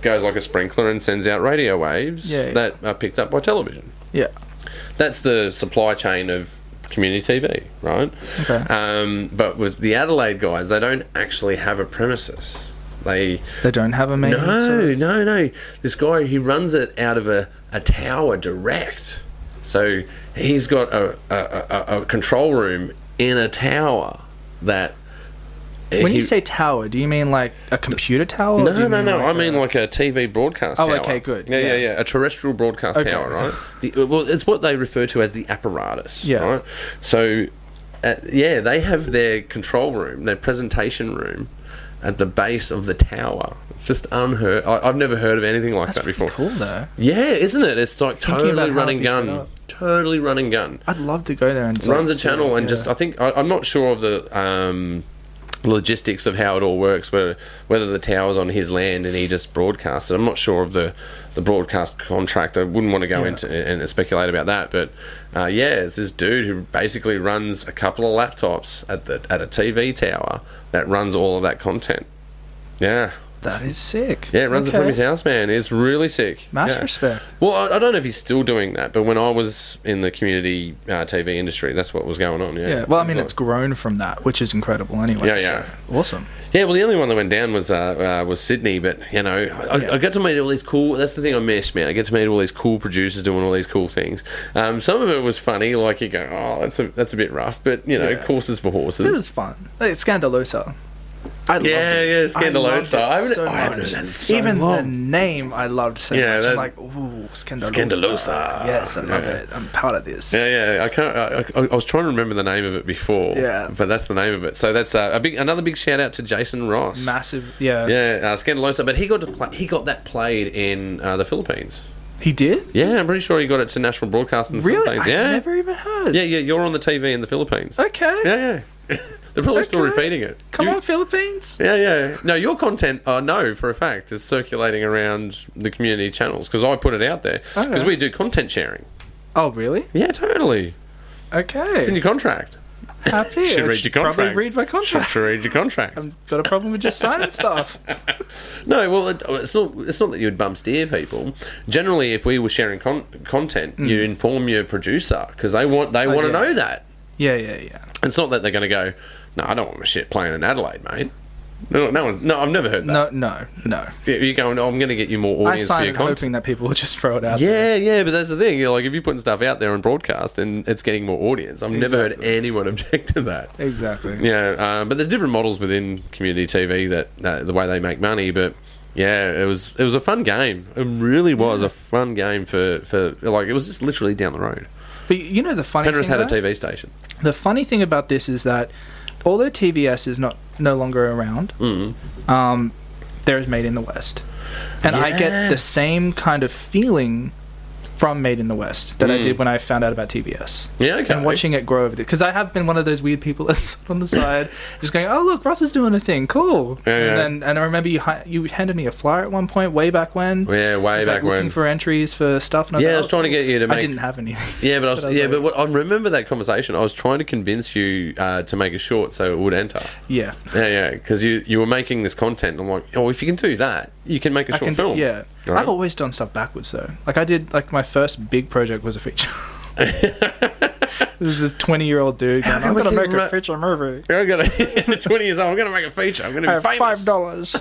Speaker 2: goes like a sprinkler and sends out radio waves
Speaker 1: Yeah, yeah.
Speaker 2: that are picked up by television.
Speaker 1: Yeah.
Speaker 2: That's the supply chain of community TV, right?
Speaker 1: Okay.
Speaker 2: Um, but with the Adelaide guys, they don't actually have a premises. They
Speaker 1: They don't have a main. sort
Speaker 2: no,
Speaker 1: of-
Speaker 2: no, no. This guy he runs it out of a, a tower direct. So he's got a, a, a, a control room in a tower that.
Speaker 1: When you
Speaker 2: he-
Speaker 1: say tower, do you mean like a computer tower? or Oh, do
Speaker 2: no,
Speaker 1: you
Speaker 2: no, no. I
Speaker 1: like
Speaker 2: mean
Speaker 1: a-
Speaker 2: like a TV broadcast
Speaker 1: Oh,
Speaker 2: tower.
Speaker 1: okay, good.
Speaker 2: Yeah, yeah, yeah.
Speaker 1: Yeah.
Speaker 2: A terrestrial broadcast
Speaker 1: Okay.
Speaker 2: tower, right? The, well, it's what they refer to as the apparatus,
Speaker 1: Yeah.
Speaker 2: right? So, uh, yeah, they have their control room, their presentation room at the base of the tower. It's just unheard. I, I've never heard of anything like that before.
Speaker 1: cool though.
Speaker 2: Yeah, isn't it? It's like
Speaker 1: Thinking about
Speaker 2: totally
Speaker 1: how
Speaker 2: running
Speaker 1: it'd be set
Speaker 2: gun.
Speaker 1: up.
Speaker 2: Totally running gun
Speaker 1: I'd love to go there and
Speaker 2: runs a
Speaker 1: see it,
Speaker 2: channel and
Speaker 1: yeah.
Speaker 2: just I think I, I'm not sure of the um, logistics of how it all works. Whether whether the tower's on his land and he just broadcasts it, I'm not sure of the the broadcast contract. I wouldn't want to go
Speaker 1: Yeah.
Speaker 2: into and, and speculate about that. But uh, yeah, it's this dude who basically runs a couple of laptops at the at a TV tower that runs all of that content. Yeah.
Speaker 1: that is sick.
Speaker 2: Yeah, runs it from
Speaker 1: Okay.
Speaker 2: his house, man. It's really sick.
Speaker 1: Much
Speaker 2: yeah.
Speaker 1: respect.
Speaker 2: Well, I, I don't know if he's still doing that, but when I was in the community uh, TV industry, that's what was going on. Yeah.
Speaker 1: Yeah. Well, I mean,
Speaker 2: like-
Speaker 1: it's grown from that, which is incredible. Anyway.
Speaker 2: Yeah, yeah.
Speaker 1: so awesome.
Speaker 2: yeah. Well, the only one that went down was uh, uh, was Sydney, but you know, I, I
Speaker 1: Yeah.
Speaker 2: I got to meet all these cool. That's the thing I missed, man. I get to meet all these cool producers doing all these cool things. Um, some of it was funny, like you go, "Oh, that's a that's a bit rough," but you know,
Speaker 1: Yeah.
Speaker 2: courses for horses.
Speaker 1: This is fun. Like, Scandalosa. I loved
Speaker 2: Yeah,
Speaker 1: it.
Speaker 2: yeah, Scandalosa. I haven't-
Speaker 1: so
Speaker 2: I haven't
Speaker 1: much.
Speaker 2: heard that in so
Speaker 1: Even the
Speaker 2: long.
Speaker 1: name I loved so
Speaker 2: Yeah,
Speaker 1: much.
Speaker 2: that-
Speaker 1: I'm like, ooh, Scandalosa.
Speaker 2: Scandalosa.
Speaker 1: Yes, I love
Speaker 2: Yeah.
Speaker 1: it. I'm proud of this.
Speaker 2: Yeah, yeah. I can't. I, I, I was trying to remember the name of it before.
Speaker 1: Yeah.
Speaker 2: but that's the name of it. So that's uh, a big. Another big shout out to Jason Ross.
Speaker 1: Massive. Yeah.
Speaker 2: Yeah, uh, Scandalosa. But he got to play, he got that played in uh, the Philippines.
Speaker 1: He did?
Speaker 2: Yeah, I'm pretty sure he got it to national broadcast in the
Speaker 1: Really?
Speaker 2: Philippines.
Speaker 1: I
Speaker 2: Yeah,
Speaker 1: never even heard.
Speaker 2: yeah, yeah. You're on the TV in the Philippines.
Speaker 1: Okay.
Speaker 2: Yeah, yeah. They're probably still
Speaker 1: Okay.
Speaker 2: repeating it.
Speaker 1: Come
Speaker 2: You-
Speaker 1: on, Philippines.
Speaker 2: Yeah, yeah. No, your content, I know for a fact, is circulating around the community channels because I put it out there
Speaker 1: Okay.
Speaker 2: because we do content sharing.
Speaker 1: Oh, really?
Speaker 2: Yeah, totally.
Speaker 1: Okay.
Speaker 2: It's in your contract.
Speaker 1: Happy.
Speaker 2: Should
Speaker 1: I
Speaker 2: read your contract.
Speaker 1: Probably read my
Speaker 2: Should,
Speaker 1: contract.
Speaker 2: should read your contract.
Speaker 1: I've got a problem with just signing stuff.
Speaker 2: No, well, it, oh, it's not. It's not that you'd bump steer people. Generally, if we were sharing con- content, you inform your producer because they want they want to
Speaker 1: Hmm. Oh, yeah.
Speaker 2: know that.
Speaker 1: Yeah, yeah, yeah.
Speaker 2: It's not that they're going to go. No, I don't want my shit playing in Adelaide, mate. No, no, one, no I've never heard that.
Speaker 1: No, no, no.
Speaker 2: You- You're going. Oh, I'm going to get you more
Speaker 1: I
Speaker 2: audience for
Speaker 1: signed
Speaker 2: your
Speaker 1: it
Speaker 2: content.
Speaker 1: hoping that people will just throw it out. there.
Speaker 2: Yeah, yeah, but that's the thing. You're like, if you're putting stuff out there on broadcast, and it's getting more audience. I've never heard
Speaker 1: Exactly.
Speaker 2: anyone object to that.
Speaker 1: Exactly.
Speaker 2: Yeah, um, but there's different models within community TV that uh, the way they make money. But yeah, it was it was a fun game. It really was a fun game for, for like it was just literally down the road.
Speaker 1: But you know the funny
Speaker 2: Penrith
Speaker 1: thing.
Speaker 2: had a
Speaker 1: though?
Speaker 2: TV station.
Speaker 1: The funny thing about this is that although TBS is not no longer around,
Speaker 2: Mm-hmm.
Speaker 1: um, there is Made in the West, and I
Speaker 2: Yeah.
Speaker 1: get the same kind of feeling from Made in the West that I
Speaker 2: Mm.
Speaker 1: did when I found out about TBS.
Speaker 2: Yeah, okay.
Speaker 1: and watching it grow over there. Because I have been one of those weird people that's on the side, just going, "Oh look, Russ is doing a thing, cool."
Speaker 2: Yeah, yeah.
Speaker 1: And then, and I remember you hi- you handed me a flyer at one point, way back when.
Speaker 2: yeah,
Speaker 1: I
Speaker 2: way
Speaker 1: was, like,
Speaker 2: back when.
Speaker 1: looking for entries for stuff. And I was
Speaker 2: yeah,
Speaker 1: like,
Speaker 2: I was
Speaker 1: "Oh,
Speaker 2: trying to get you to
Speaker 1: I
Speaker 2: make.
Speaker 1: didn't have anything.
Speaker 2: yeah, but I was,
Speaker 1: but I was
Speaker 2: yeah,
Speaker 1: like-
Speaker 2: but what, I remember that conversation. I was trying to convince you uh, to make a short so it would enter.
Speaker 1: yeah,
Speaker 2: Yeah, yeah, because you you were making this content. I'm like, oh, if you can do that, you can make a
Speaker 1: I
Speaker 2: short
Speaker 1: can.
Speaker 2: film.
Speaker 1: Yeah,
Speaker 2: All right.
Speaker 1: I've always done stuff backwards though. Like I did, like my first big project was a feature. this is this twenty-year-old dude. Going,
Speaker 2: come
Speaker 1: I'm gonna
Speaker 2: we
Speaker 1: make
Speaker 2: keep
Speaker 1: a
Speaker 2: ra-
Speaker 1: feature movie.
Speaker 2: I'm gonna 20 years old. I'm gonna make a feature. I'm gonna
Speaker 1: I have
Speaker 2: be famous.
Speaker 1: five dollars.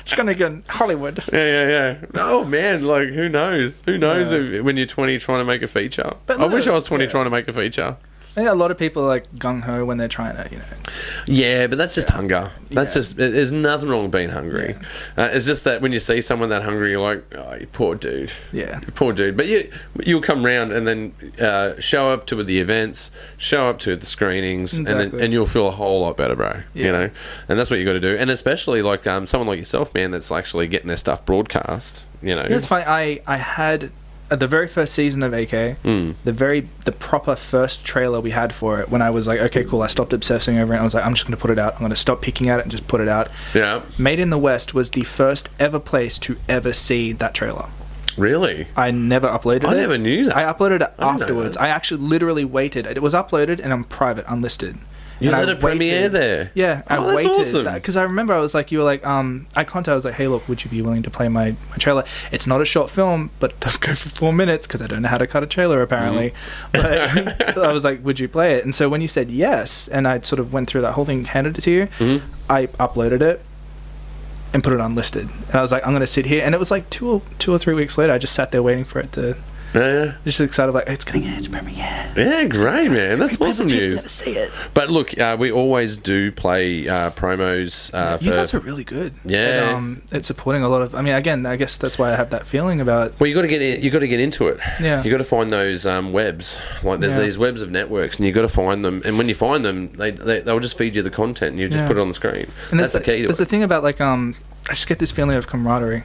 Speaker 1: it's gonna go in Hollywood.
Speaker 2: Yeah, yeah, yeah. Oh man, like who knows? Who knows if, when you're 20 trying to make a feature?
Speaker 1: But
Speaker 2: I wish I
Speaker 1: look,
Speaker 2: was 20
Speaker 1: yeah.
Speaker 2: trying to make a feature.
Speaker 1: I think a lot of people are like gung ho when they're trying to, you know,
Speaker 2: Yeah, but that's just hunger. That's
Speaker 1: Yeah.
Speaker 2: just it- there's nothing wrong with being hungry. Uh, it's just that when you see someone that hungry, you're like, oh, you poor dude.
Speaker 1: Yeah.
Speaker 2: You poor dude. But you you'll come round and then uh, show up to the events, show up to the screenings, and then
Speaker 1: Exactly.
Speaker 2: and you'll feel a whole lot better, bro. You
Speaker 1: Yeah.
Speaker 2: know, and that's what you got to do. And especially like um, someone like yourself, man, that's actually getting their stuff broadcast. You know.
Speaker 1: You know, it's funny. I I had at the very first season of AK,
Speaker 2: Hmm.
Speaker 1: the very the proper first trailer we had for it. When I was like, okay, cool. I stopped obsessing over it. I was like, I'm just gonna put it out. I'm gonna stop picking at it and just put it out.
Speaker 2: Yeah.
Speaker 1: Made in the West was the first ever place to ever see that trailer.
Speaker 2: Really.
Speaker 1: I never uploaded
Speaker 2: I
Speaker 1: it.
Speaker 2: never knew that.
Speaker 1: I uploaded it
Speaker 2: I didn't know
Speaker 1: afterwards.
Speaker 2: that.
Speaker 1: I actually literally waited. It was uploaded and I'm private, unlisted.
Speaker 2: You
Speaker 1: And I
Speaker 2: had a premiere
Speaker 1: waited-
Speaker 2: there.
Speaker 1: Yeah, I
Speaker 2: Oh, that's awesome.
Speaker 1: waited because I remember I was like, you were like, um, I contacted. I was like, hey, look, would you be willing to play my, my trailer? It's not a short film, but it does go for four minutes because I don't know how to cut a trailer apparently.
Speaker 2: Mm-hmm.
Speaker 1: But I was like, would you play it? And so when you said yes, and I sort of went through that whole thing, handed it to you,
Speaker 2: Mm-hmm.
Speaker 1: I uploaded it and put it on listed. And I was like, I'm gonna sit here, and it was like two or two or three weeks later. I just sat there waiting for it to.
Speaker 2: Yeah,
Speaker 1: Just excited, like it's getting its premiere.
Speaker 2: yeah, great man. That's awesome
Speaker 1: People
Speaker 2: news.
Speaker 1: gotta See it.
Speaker 2: But look, uh, we always do play uh, promos uh,
Speaker 1: you guys
Speaker 2: for.
Speaker 1: are really good.
Speaker 2: Yeah.
Speaker 1: At, um, it's supporting a lot of. I mean, again, I guess that's why I have that feeling about.
Speaker 2: Well, you got to get in, you got to get into it.
Speaker 1: Yeah.
Speaker 2: you got to find those um, webs. Like there's
Speaker 1: Yeah.
Speaker 2: these webs of networks, and you got to find them. And when you find them, they, they they'll just feed you the content, and you just
Speaker 1: Yeah.
Speaker 2: put it on the screen.
Speaker 1: And
Speaker 2: that's the key to
Speaker 1: That's
Speaker 2: it.
Speaker 1: the thing about like um. I just get this feeling of camaraderie.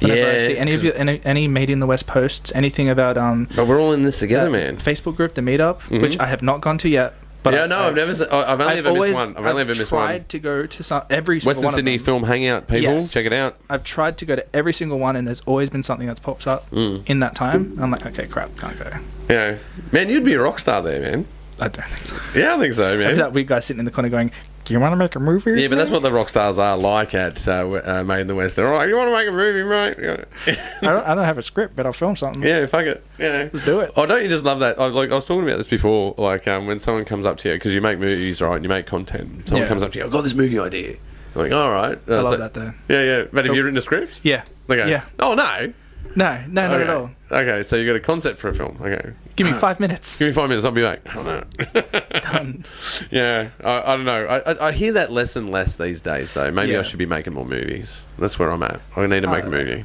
Speaker 1: Whenever I see any of you, any, any made in the West posts, anything about um,
Speaker 2: but we're all in this together,
Speaker 1: that
Speaker 2: man. Mm-hmm.
Speaker 1: Facebook group, the meetup, which I have not gone to yet. But
Speaker 2: yeah,
Speaker 1: I,
Speaker 2: no, I've never. se- I- I've only
Speaker 1: I've
Speaker 2: ever
Speaker 1: always,
Speaker 2: missed one. I've only ever missed
Speaker 1: tried
Speaker 2: one.
Speaker 1: to go to some, every single
Speaker 2: Western
Speaker 1: one of
Speaker 2: Sydney
Speaker 1: them.
Speaker 2: Film Hangout, people,
Speaker 1: Yes.
Speaker 2: check it out.
Speaker 1: I've tried to go to every single one, and there's always been something that's pops up
Speaker 2: Mm.
Speaker 1: in that time. I'm like, okay, crap, can't go.
Speaker 2: You know, man, you'd be a rock star there, man.
Speaker 1: I don't think so.
Speaker 2: Yeah, I think so,
Speaker 1: I'd be
Speaker 2: man.
Speaker 1: that weird guy sitting in the corner going, "Do you want to make a movie?"
Speaker 2: Yeah, but that's what the rock stars are like at uh, w- uh, Made in the West. They're all like, "You want to make a movie, right?
Speaker 1: I don't, I don't have a script, but I'll film something.
Speaker 2: yeah, fuck it. Yeah,
Speaker 1: Let's do it.
Speaker 2: Oh, don't you just love that? I, like I was talking about this before. Like um, when someone comes up to you because you make movies, right? And you make content. Someone
Speaker 1: Yeah.
Speaker 2: comes up to you, I've got this movie idea. You're like, all right. Uh,
Speaker 1: I
Speaker 2: so-
Speaker 1: love that though.
Speaker 2: Yeah, yeah. But have you written a script?
Speaker 1: Yeah.
Speaker 2: Okay.
Speaker 1: Yeah.
Speaker 2: Oh no.
Speaker 1: No, no, not
Speaker 2: okay.
Speaker 1: at all.
Speaker 2: Okay, so you got a concept for a film. Okay.
Speaker 1: Give me five minutes.
Speaker 2: Give me five minutes. I'll be back. Oh, no. yeah, I, I don't know. I, I, I hear that less and less these days, though. Maybe I
Speaker 1: Yeah. Oh.
Speaker 2: should be making more movies. That's where I'm at. I need to make a movie.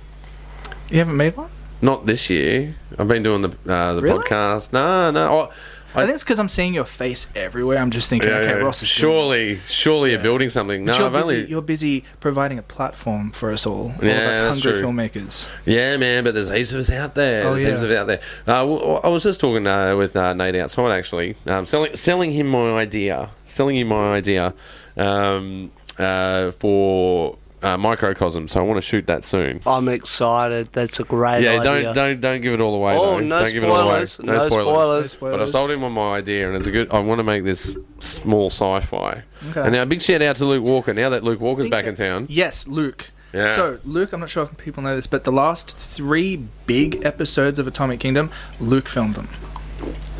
Speaker 1: You haven't made one?
Speaker 2: Not this year. I've been doing the uh, the
Speaker 1: Really?
Speaker 2: podcast. No, no. I,
Speaker 1: I think it's because I'm seeing your face everywhere. I'm just thinking,
Speaker 2: Yeah,
Speaker 1: okay,
Speaker 2: yeah.
Speaker 1: Ross is doing it.
Speaker 2: surely, surely you're building something. No,
Speaker 1: But you're,
Speaker 2: I've
Speaker 1: busy,
Speaker 2: only
Speaker 1: you're busy providing a platform for us all. All
Speaker 2: Yeah,
Speaker 1: of us
Speaker 2: that's
Speaker 1: hungry
Speaker 2: true.
Speaker 1: filmmakers.
Speaker 2: yeah, man. But there's heaps of us out there.
Speaker 1: Oh,
Speaker 2: there's heaps
Speaker 1: yeah.
Speaker 2: of us out there. Uh, w- I was just talking uh, with uh, Nate outside actually, um, selling selling him my idea, selling him my idea um, uh, for uh, microcosm. So I want to shoot that soon.
Speaker 3: I'm excited. That's a great
Speaker 2: yeah,
Speaker 3: idea.
Speaker 2: don't don't don't give it all away.
Speaker 3: Oh,
Speaker 2: though.
Speaker 3: no
Speaker 2: don't give it all away.
Speaker 3: spoilers. No spoilers.
Speaker 2: But I sold him on my idea, and it's a good. I want to make this small sci-fi.
Speaker 1: Okay.
Speaker 2: And now, big shout out to Luke Walker. Now that Luke Walker's back in town,
Speaker 1: Yes, Luke.
Speaker 2: Yeah.
Speaker 1: So, Luke, I'm not sure if people know this, but the last three big episodes of Atomic Kingdom, Luke filmed them.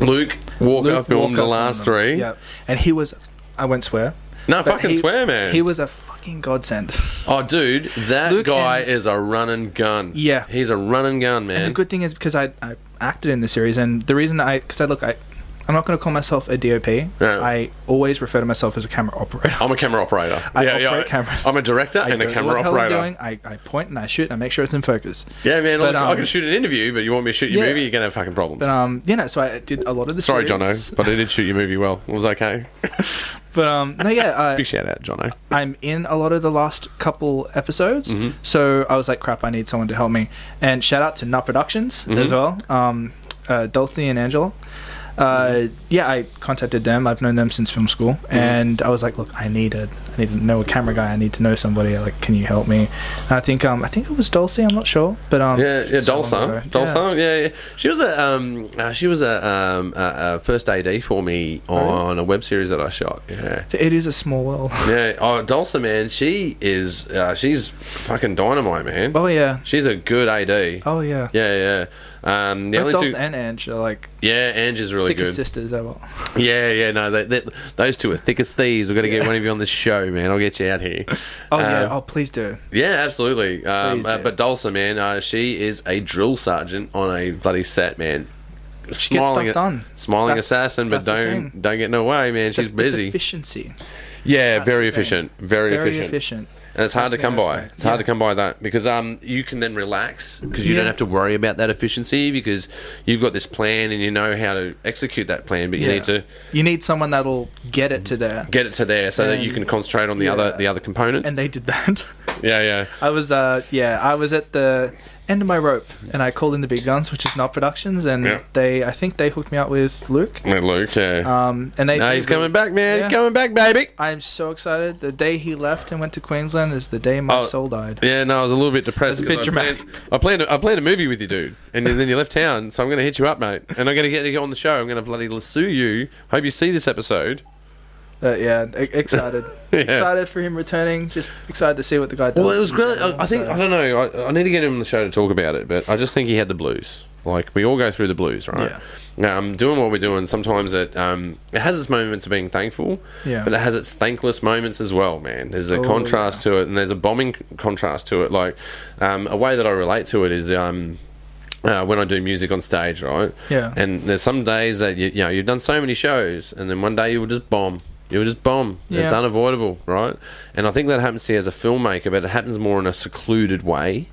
Speaker 2: Luke
Speaker 1: Luke
Speaker 2: Walker filmed
Speaker 1: Walker
Speaker 2: the
Speaker 1: filmed them.
Speaker 2: last three.
Speaker 1: Yeah. And he was, I won't swear.
Speaker 2: No,
Speaker 1: but
Speaker 2: fucking
Speaker 1: he-
Speaker 2: swear, man.
Speaker 1: He was a fucking godsend.
Speaker 2: oh, dude, that
Speaker 1: Luke
Speaker 2: guy
Speaker 1: and-
Speaker 2: is a run and gun.
Speaker 1: Yeah.
Speaker 2: he's a run and gun, man.
Speaker 1: And the good thing is because I, I acted in the series, and the reason I because I look I. I'm not going to call myself a DOP. I always refer to myself as a camera operator.
Speaker 2: I'm a camera operator.
Speaker 1: I operate cameras.
Speaker 2: I'm a director
Speaker 1: I
Speaker 2: and
Speaker 1: go,
Speaker 2: a camera
Speaker 1: what the hell
Speaker 2: operator.
Speaker 1: I'm doing. I, I point and I shoot and I make sure it's in focus.
Speaker 2: Yeah, man.
Speaker 1: But,
Speaker 2: look, I
Speaker 1: um,
Speaker 2: can shoot an interview, but you want me to shoot your
Speaker 1: yeah.
Speaker 2: movie, you're gonna have fucking problems.
Speaker 1: But um, you know, so I did a lot of the
Speaker 2: Sorry,
Speaker 1: series.
Speaker 2: Jono, but I did shoot your movie well. It was okay.
Speaker 1: But um, no, yeah, I,
Speaker 2: Big shout out, Jono.
Speaker 1: I'm in a lot of the last couple episodes,
Speaker 2: Mm-hmm.
Speaker 1: so I was like, "Crap, I need someone to help me." And shout out to Nut Productions as well,
Speaker 2: Mm-hmm.
Speaker 1: um, uh, Dulcie and Angela. Uh,
Speaker 2: Mm-hmm.
Speaker 1: yeah, I contacted them. I've known them since film school, and I was like, "Look, I need a, I need to know a camera guy. I need to know somebody. Like, can you help me?" And I think, um, I think it was Dulcie. I'm not sure, but um,
Speaker 2: Yeah, yeah,
Speaker 1: so long
Speaker 2: Dulsa,
Speaker 1: ago.
Speaker 2: Dulsa, yeah. yeah. She was a um, uh, she was a, um, a, a first AD for me
Speaker 1: Oh,
Speaker 2: on a web series that I shot. Yeah,
Speaker 1: So it is a small world.
Speaker 2: Yeah, oh, Dulce, man, she is, uh, she's fucking dynamite, man.
Speaker 1: oh yeah,
Speaker 2: She's a good AD.
Speaker 1: oh yeah.
Speaker 2: Yeah, yeah. Um, the
Speaker 1: Both
Speaker 2: only
Speaker 1: Dulce
Speaker 2: two,
Speaker 1: and Ange are like
Speaker 2: yeah, Ange is really
Speaker 1: sicker
Speaker 2: good.
Speaker 1: sisters. I will.
Speaker 2: Yeah, yeah, no, they, they, those two are thick as thieves. We're gonna get one of you on this show, man. I'll get you out here.
Speaker 1: Oh yeah.
Speaker 2: Um,
Speaker 1: Oh please do.
Speaker 2: Yeah, absolutely. Um,
Speaker 1: Please
Speaker 2: uh,
Speaker 1: do.
Speaker 2: but Dulce, man, uh, she is a drill sergeant on a bloody set, man.
Speaker 1: She gets stuff
Speaker 2: a-
Speaker 1: done.
Speaker 2: Smiling
Speaker 1: That's-
Speaker 2: assassin, but
Speaker 1: that's the
Speaker 2: don't
Speaker 1: thing.
Speaker 2: don't get in her way, man. She's
Speaker 1: It's
Speaker 2: busy.
Speaker 1: efficiency.
Speaker 2: yeah,
Speaker 1: That's
Speaker 2: very
Speaker 1: the thing.
Speaker 2: efficient. Very,
Speaker 1: Very
Speaker 2: efficient.
Speaker 1: efficient.
Speaker 2: And it's hard to
Speaker 1: That's
Speaker 2: come
Speaker 1: the
Speaker 2: by.
Speaker 1: best way.
Speaker 2: It's hard
Speaker 1: Yeah.
Speaker 2: to come by that because um, you can then relax because you
Speaker 1: Yeah.
Speaker 2: don't have to worry about that efficiency because you've got this plan and you know how to execute that plan, but you
Speaker 1: Yeah.
Speaker 2: need to
Speaker 1: You need someone that'll get it to there.
Speaker 2: get it to there so that you
Speaker 1: And-
Speaker 2: can concentrate on the
Speaker 1: yeah.
Speaker 2: other the other components.
Speaker 1: And they did that.
Speaker 2: yeah, yeah.
Speaker 1: I was, uh, yeah, I was at the end of my rope, and I called in the big guns, which is not productions, and
Speaker 2: Yeah.
Speaker 1: they, I think they hooked me up with Luke.
Speaker 2: Yeah, Luke, yeah.
Speaker 1: Um, and they.
Speaker 2: no,
Speaker 1: did
Speaker 2: he's
Speaker 1: the-
Speaker 2: coming back, man.
Speaker 1: Yeah.
Speaker 2: He's coming back, baby.
Speaker 1: I'm so excited. The day he left and went to Queensland is the day my
Speaker 2: Oh.
Speaker 1: soul died.
Speaker 2: Yeah, no, I was a little bit depressed.
Speaker 1: That's a bit
Speaker 2: 'cause
Speaker 1: dramatic.
Speaker 2: I planned, I planned, a, I planned a movie with you, dude, and then you left town. So I'm going to hit you up, mate, and I'm going to get you on the show. I'm going to bloody sue you. Hope you see this episode.
Speaker 1: But yeah, e- excited,
Speaker 2: Yeah.
Speaker 1: excited for him returning. Just excited to see what the guy does.
Speaker 2: Well, it was
Speaker 1: in
Speaker 2: great.
Speaker 1: general,
Speaker 2: I, I think
Speaker 1: so-
Speaker 2: I don't know. I, I need to get him on the show to talk about it, but I just think he had the blues. Like we all go through the blues, right? Um, doing what we're doing, sometimes it um, it has its moments of being thankful,
Speaker 1: Yeah.
Speaker 2: but it has its thankless moments as well, man. There's a
Speaker 1: Oh,
Speaker 2: contrast to it, and there's a bombing c- contrast to it. Like um, a way that I relate to it is. Um, uh, when I do music on stage, right?
Speaker 1: Yeah.
Speaker 2: And there's some days that you, you know you've done so many shows, and then one day you will just bomb. You will just bomb. It's
Speaker 1: Yeah.
Speaker 2: unavoidable, right? And I think that happens here as a filmmaker, but it happens more in a secluded way.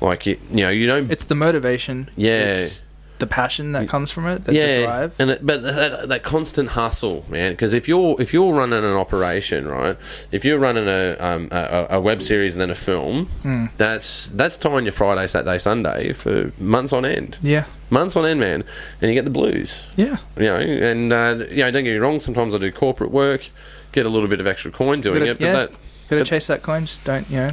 Speaker 2: Like it, you know, you don't.
Speaker 1: it's the motivation.
Speaker 2: Yeah.
Speaker 1: it's the passion that comes from it. That
Speaker 2: yeah,
Speaker 1: the drive.
Speaker 2: and it, but that, that constant hustle, man. Because if you're if you're running an operation, right? If you're running a um, a, a a web series and then a film,
Speaker 1: Hmm.
Speaker 2: that's that's tying your Friday, Saturday, Sunday for months on end,
Speaker 1: Yeah,
Speaker 2: months on end, man. And you get the blues.
Speaker 1: yeah.
Speaker 2: you know, and uh, th- you know, don't get me wrong. Sometimes I do corporate work, get a little bit of extra coin doing
Speaker 1: Gotta-
Speaker 2: it, but
Speaker 1: yeah.
Speaker 2: that,
Speaker 1: Gotta
Speaker 2: But-
Speaker 1: chase that coin. Just don't you know,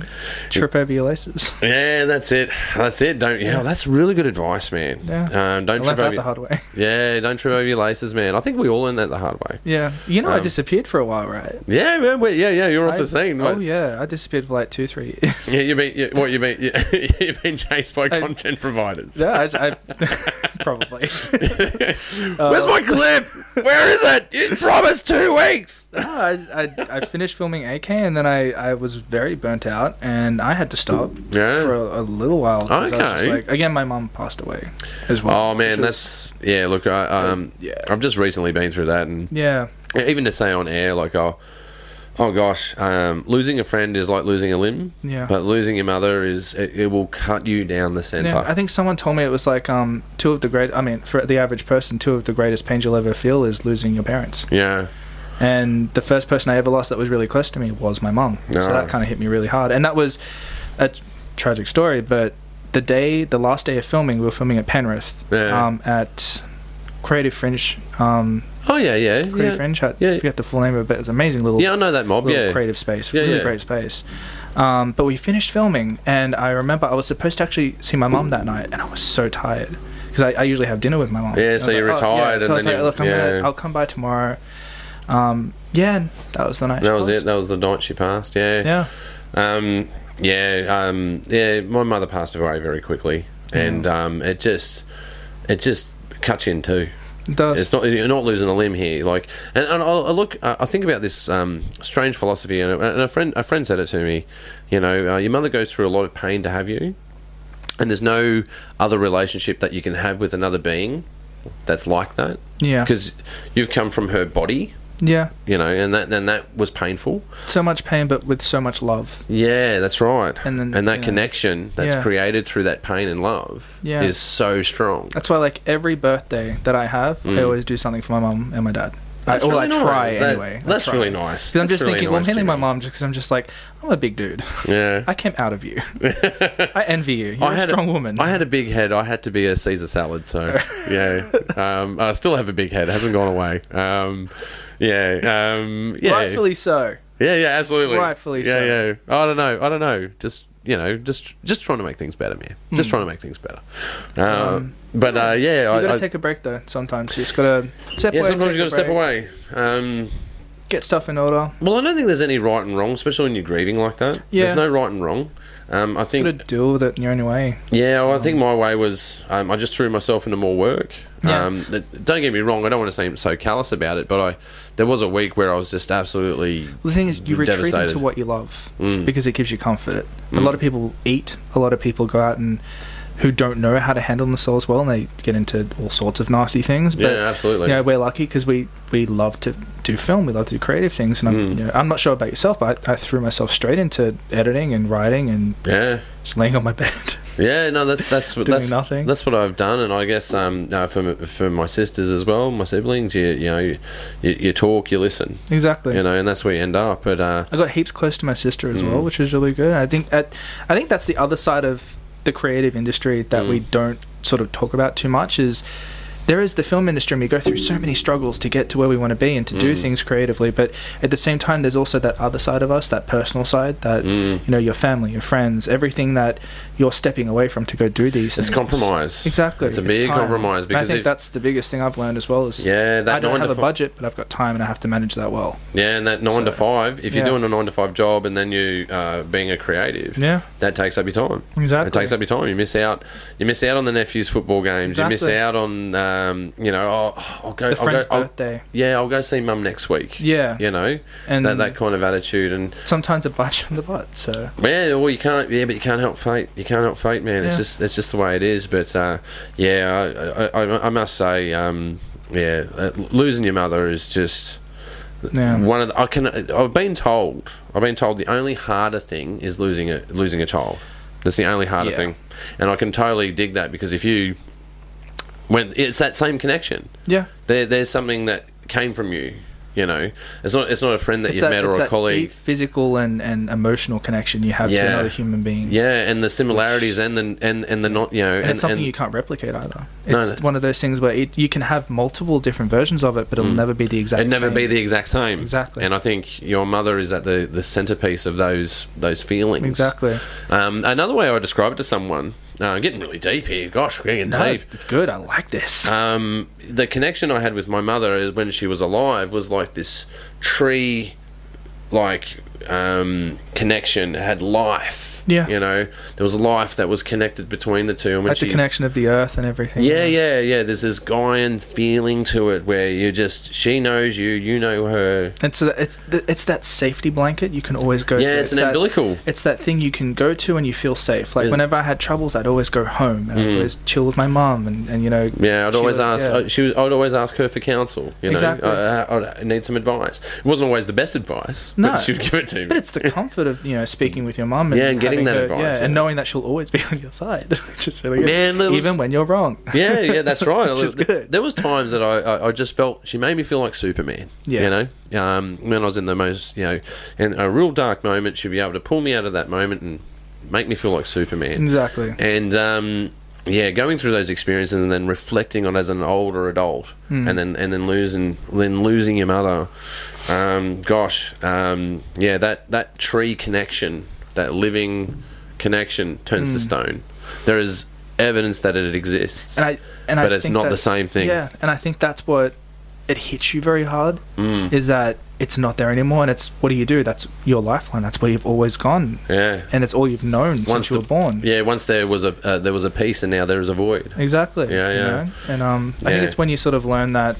Speaker 1: trip over your laces.
Speaker 2: yeah, that's it, that's it. Don't, yeah,
Speaker 1: Yeah.
Speaker 2: that's really good advice, man.
Speaker 1: Yeah.
Speaker 2: um,
Speaker 1: I
Speaker 2: don't trip
Speaker 1: learned that
Speaker 2: over,
Speaker 1: the hard way.
Speaker 2: yeah, don't trip over your laces, man. I think we all learned that the hard way.
Speaker 1: Yeah, you know, I
Speaker 2: Um,
Speaker 1: disappeared for a while, right?
Speaker 2: Yeah, yeah, wait, yeah, yeah. You're off
Speaker 1: I-
Speaker 2: the scene.
Speaker 1: Oh
Speaker 2: What,
Speaker 1: yeah, I disappeared for like two, three. years.
Speaker 2: yeah, you've been, you, what you been, you, you've been chased by
Speaker 1: I-
Speaker 2: content providers.
Speaker 1: yeah, I, I probably. Uh,
Speaker 2: Where's my clip? Where is it? You promised two weeks.
Speaker 1: No, I, I I finished filming AK and then I, I was very burnt out and I had to stop
Speaker 2: Yeah.
Speaker 1: for a, a little while. 'cause I was just
Speaker 2: Okay.
Speaker 1: like, again, my mum passed away as well.
Speaker 2: Oh man,
Speaker 1: which was-
Speaker 2: that's yeah. Look, I, um,
Speaker 1: Yeah.
Speaker 2: I've just recently been through that, and
Speaker 1: yeah,
Speaker 2: Yeah, even to say on air, like, oh, oh gosh, um, losing a friend is like losing a limb.
Speaker 1: Yeah.
Speaker 2: But losing your mother is it, it will cut you down the centre.
Speaker 1: yeah. I think someone told me it was like um two of the great. I mean, for the average person, two of the greatest pains you'll ever feel is losing your parents.
Speaker 2: yeah.
Speaker 1: And the first person I ever lost that was really close to me was my mum. So
Speaker 2: Ah.
Speaker 1: that kind of hit me really hard. And that was a t- tragic story, but the day, the last day of filming, we were filming at Penrith
Speaker 2: Yeah.
Speaker 1: um, at Creative Fringe. Um,
Speaker 2: Oh yeah, yeah,
Speaker 1: Creative
Speaker 2: yeah.
Speaker 1: Fringe, I
Speaker 2: Yeah.
Speaker 1: forget the full name of it, but it was an amazing little,
Speaker 2: Yeah, I know that mob.
Speaker 1: little
Speaker 2: Yeah.
Speaker 1: creative space.
Speaker 2: Yeah,
Speaker 1: really
Speaker 2: yeah.
Speaker 1: great space. Um, but we finished filming, and I remember I was supposed to actually see my mum that night, and I was so tired. Because I, I usually have dinner with my mum.
Speaker 2: Yeah,
Speaker 1: And I
Speaker 2: so
Speaker 1: was
Speaker 2: you're retired
Speaker 1: So
Speaker 2: and
Speaker 1: I was
Speaker 2: then
Speaker 1: like,
Speaker 2: you-
Speaker 1: look, I'm
Speaker 2: yeah.
Speaker 1: gonna, I'll come by tomorrow. Um, yeah, and that was the night.
Speaker 2: That
Speaker 1: she
Speaker 2: was it.
Speaker 1: passed.
Speaker 2: That was the night she passed. Yeah.
Speaker 1: Yeah.
Speaker 2: Um, yeah, um, yeah. My mother passed away very quickly, and um, it just, it just cuts you in two.
Speaker 1: It does.
Speaker 2: It's not you're not losing a limb here. Like, and, and I, I look, I I think about this um, strange philosophy, and a, and a friend, a friend said it to me. You know, uh, your mother goes through a lot of pain to have you, and there's no other relationship that you can have with another being that's like that.
Speaker 1: Yeah.
Speaker 2: because you've come from her body,
Speaker 1: yeah.
Speaker 2: you know, and that then that was painful.
Speaker 1: So much pain, but with so much love.
Speaker 2: Yeah, that's right.
Speaker 1: And then,
Speaker 2: and that
Speaker 1: you know,
Speaker 2: connection that's
Speaker 1: yeah.
Speaker 2: created through that pain and love
Speaker 1: Yeah.
Speaker 2: is so strong.
Speaker 1: That's why, like every birthday that I have, I
Speaker 2: Mm.
Speaker 1: always do something for my mum and my dad.
Speaker 2: That's
Speaker 1: I, or I
Speaker 2: really
Speaker 1: try
Speaker 2: nice. That-
Speaker 1: anyway. I
Speaker 2: that's
Speaker 1: try.
Speaker 2: really nice.
Speaker 1: Because I'm
Speaker 2: That's
Speaker 1: just
Speaker 2: really
Speaker 1: thinking, well,
Speaker 2: nice,
Speaker 1: mainly my
Speaker 2: Jimmy.
Speaker 1: mum, just because I'm just like, I'm a big dude.
Speaker 2: Yeah.
Speaker 1: I came out of you. I envy you. You're a strong woman.
Speaker 2: I had a big head. I had to be a Caesar salad. So yeah, um, I still have a big head. It hasn't gone away. Um, yeah, um, yeah,
Speaker 1: Rightfully so.
Speaker 2: yeah, yeah, absolutely.
Speaker 1: rightfully
Speaker 2: yeah,
Speaker 1: so.
Speaker 2: yeah. I don't know. I don't know. Just you know, just just trying to make things better, man. Just
Speaker 1: Mm.
Speaker 2: trying to make things better. Uh,
Speaker 1: Um,
Speaker 2: but uh, yeah,
Speaker 1: You
Speaker 2: I,
Speaker 1: gotta
Speaker 2: I,
Speaker 1: take a break though. Sometimes you just gotta step
Speaker 2: yeah.
Speaker 1: away.
Speaker 2: Sometimes you got
Speaker 1: take
Speaker 2: to
Speaker 1: a
Speaker 2: step
Speaker 1: break,
Speaker 2: away. Um,
Speaker 1: Get stuff in order.
Speaker 2: well, I don't think there's any right and wrong, especially when you're grieving like that.
Speaker 1: Yeah.
Speaker 2: There's no right and wrong. Um, I think
Speaker 1: Gotta deal with it in your own way.
Speaker 2: Yeah, well, I think my way was um, I just threw myself into more work.
Speaker 1: Yeah.
Speaker 2: Um, th- don't get me wrong, I don't want to seem so callous about it, but I there was a week where I was just absolutely
Speaker 1: The thing is, you retreat
Speaker 2: Devastated.
Speaker 1: into what you love
Speaker 2: Mm.
Speaker 1: because it gives you comfort. A lot of people eat. A lot of people go out and who don't know how to handle themselves well, and they get into all sorts of nasty things. But
Speaker 2: yeah, absolutely.
Speaker 1: you know, we're lucky because we we love to do film. We love to do creative things, and I'm
Speaker 2: Mm.
Speaker 1: you know, I'm not sure about yourself, but I, I threw myself straight into editing and writing and
Speaker 2: yeah,
Speaker 1: just laying on my bed.
Speaker 2: yeah. No, that's that's what
Speaker 1: Doing
Speaker 2: that's
Speaker 1: nothing.
Speaker 2: that's what I've done, and I guess um, uh, for m- for my sisters as well, my siblings. You you know, you, you, you talk, you listen,
Speaker 1: exactly.
Speaker 2: you know, and that's where you end up. But uh,
Speaker 1: I got heaps close to my sister as well,
Speaker 2: Mm.
Speaker 1: which was really good. I think at, I think that's the
Speaker 2: Mm.
Speaker 1: other side of the creative industry that we don't sort of talk about too much is there is the film industry, and we go through so many struggles to get to where we want to be and to do
Speaker 2: Mm.
Speaker 1: things creatively. But at the same time, there's also that other side of us, that personal side, that
Speaker 2: Mm.
Speaker 1: you know, your family, your friends, everything that you're stepping away from to go do these.
Speaker 2: It's
Speaker 1: things.
Speaker 2: compromise.
Speaker 1: Exactly.
Speaker 2: It's a big
Speaker 1: time.
Speaker 2: compromise
Speaker 1: And I
Speaker 2: because
Speaker 1: think
Speaker 2: if,
Speaker 1: that's the biggest thing I've learned as well is
Speaker 2: Yeah, that
Speaker 1: I don't
Speaker 2: nine to
Speaker 1: have a
Speaker 2: fi-
Speaker 1: budget, but I've got time and I have to manage that well.
Speaker 2: yeah, and that nine to five. If you're
Speaker 1: yeah.
Speaker 2: doing a nine to five job and then you uh, being a creative,
Speaker 1: Yeah.
Speaker 2: that takes up your time.
Speaker 1: Exactly.
Speaker 2: It takes up your time. You miss out. You miss out on the nephew's football games. You
Speaker 1: Exactly.
Speaker 2: miss out on um, you know. Oh, I'll go.
Speaker 1: The
Speaker 2: I'll
Speaker 1: friend's
Speaker 2: go, I'll-
Speaker 1: birthday.
Speaker 2: yeah, I'll go see mum next week.
Speaker 1: Yeah.
Speaker 2: You know,
Speaker 1: And-
Speaker 2: that that kind of attitude and
Speaker 1: Sometimes it bites you in the butt. So
Speaker 2: Yeah, well, you can't. Yeah, but you can't help fate. You can't help fate, man. It's
Speaker 1: Yeah.
Speaker 2: just it's just the way it is. But uh, yeah, I, I, I must say, um, yeah, uh, losing your mother is just
Speaker 1: yeah.
Speaker 2: one of. The, I can. I've been told. I've been told the only harder thing is losing a losing a child. That's the only harder
Speaker 1: Yeah.
Speaker 2: thing, and I can totally dig that because if you, when it's that same connection,
Speaker 1: Yeah.
Speaker 2: there there's something that came from you. You know, it's not it's not a friend that
Speaker 1: It's
Speaker 2: you've
Speaker 1: that,
Speaker 2: met
Speaker 1: it's
Speaker 2: or a
Speaker 1: that
Speaker 2: colleague.
Speaker 1: deep physical and, and emotional connection you have to
Speaker 2: Yeah.
Speaker 1: another human being.
Speaker 2: Yeah, and the similarities and the and and the not you know
Speaker 1: And, it's something you can't replicate either. It's one of those things where it, you can have multiple different versions of it, but it'll never be the exact.
Speaker 2: Mm. it'd never
Speaker 1: same.
Speaker 2: be the exact same.
Speaker 1: Exactly.
Speaker 2: And I think your mother is at the the centerpiece of those those feelings.
Speaker 1: exactly.
Speaker 2: Um, another way I would describe it to someone. Uh, I'm getting really deep here. Gosh, we're getting
Speaker 1: No,
Speaker 2: deep.
Speaker 1: it's good. I like this.
Speaker 2: Um, the connection I had with my mother is when she was alive was like this tree, like um, connection. It had life.
Speaker 1: Yeah.
Speaker 2: You know, there was life that was connected between the two. And when
Speaker 1: like
Speaker 2: she,
Speaker 1: the connection of the earth and everything.
Speaker 2: Yeah, yeah, yeah. There's this Gaian feeling to it where you just she knows you, you know her.
Speaker 1: And so it's th- it's that safety blanket you can always go
Speaker 2: Yeah,
Speaker 1: to.
Speaker 2: it's an
Speaker 1: that,
Speaker 2: umbilical.
Speaker 1: It's that thing you can go to and you feel safe. Like
Speaker 2: Yeah. Mm.
Speaker 1: whenever I had troubles, I'd always go home and I'd always chill with my mom and, and you know.
Speaker 2: Yeah, I'd
Speaker 1: she
Speaker 2: always
Speaker 1: would-
Speaker 2: ask.
Speaker 1: yeah.
Speaker 2: uh, She was. I'd always ask her for counsel. You know,
Speaker 1: Exactly.
Speaker 2: I, I, I need some advice. It wasn't always the best advice,
Speaker 1: No.
Speaker 2: but she'd give it to me.
Speaker 1: But it's the comfort of you know speaking with your mum and
Speaker 2: Yeah, and getting
Speaker 1: having
Speaker 2: that
Speaker 1: her-
Speaker 2: advice,
Speaker 1: yeah,
Speaker 2: yeah.
Speaker 1: and knowing that she'll always be on your side, which is really good.
Speaker 2: Man, that was-
Speaker 1: even when you're wrong.
Speaker 2: yeah, yeah, that's right.
Speaker 1: Which is
Speaker 2: There-
Speaker 1: good.
Speaker 2: There was times that I, I, I just felt she made me feel like Superman.
Speaker 1: Yeah.
Speaker 2: you know, um, when I was in the most, you know, in a real dark moment, she'd be able to pull me out of that moment and make me feel like Superman.
Speaker 1: Exactly.
Speaker 2: And um, yeah, going through those experiences and then reflecting on as an older adult,
Speaker 1: Hmm.
Speaker 2: and then and then losing then losing your mother. Um, gosh, um, yeah, that that tree connection, that living connection, turns
Speaker 1: Hmm.
Speaker 2: to stone. There is evidence that it exists,
Speaker 1: And I and I
Speaker 2: but it's
Speaker 1: think
Speaker 2: not the
Speaker 1: that's-
Speaker 2: same thing.
Speaker 1: Yeah, and I think that's what it hits you very hard
Speaker 2: Hmm.
Speaker 1: is that it's not there anymore, and it's what do you do? That's your lifeline. That's where you've always gone.
Speaker 2: Yeah.
Speaker 1: and it's all you've known
Speaker 2: Once
Speaker 1: since you
Speaker 2: the-
Speaker 1: were born.
Speaker 2: Yeah, once there was a uh, there was a piece, and now there is a void.
Speaker 1: Exactly.
Speaker 2: Yeah,
Speaker 1: you
Speaker 2: yeah.
Speaker 1: know? And um, I think
Speaker 2: Yeah.
Speaker 1: it's when you sort of learn that.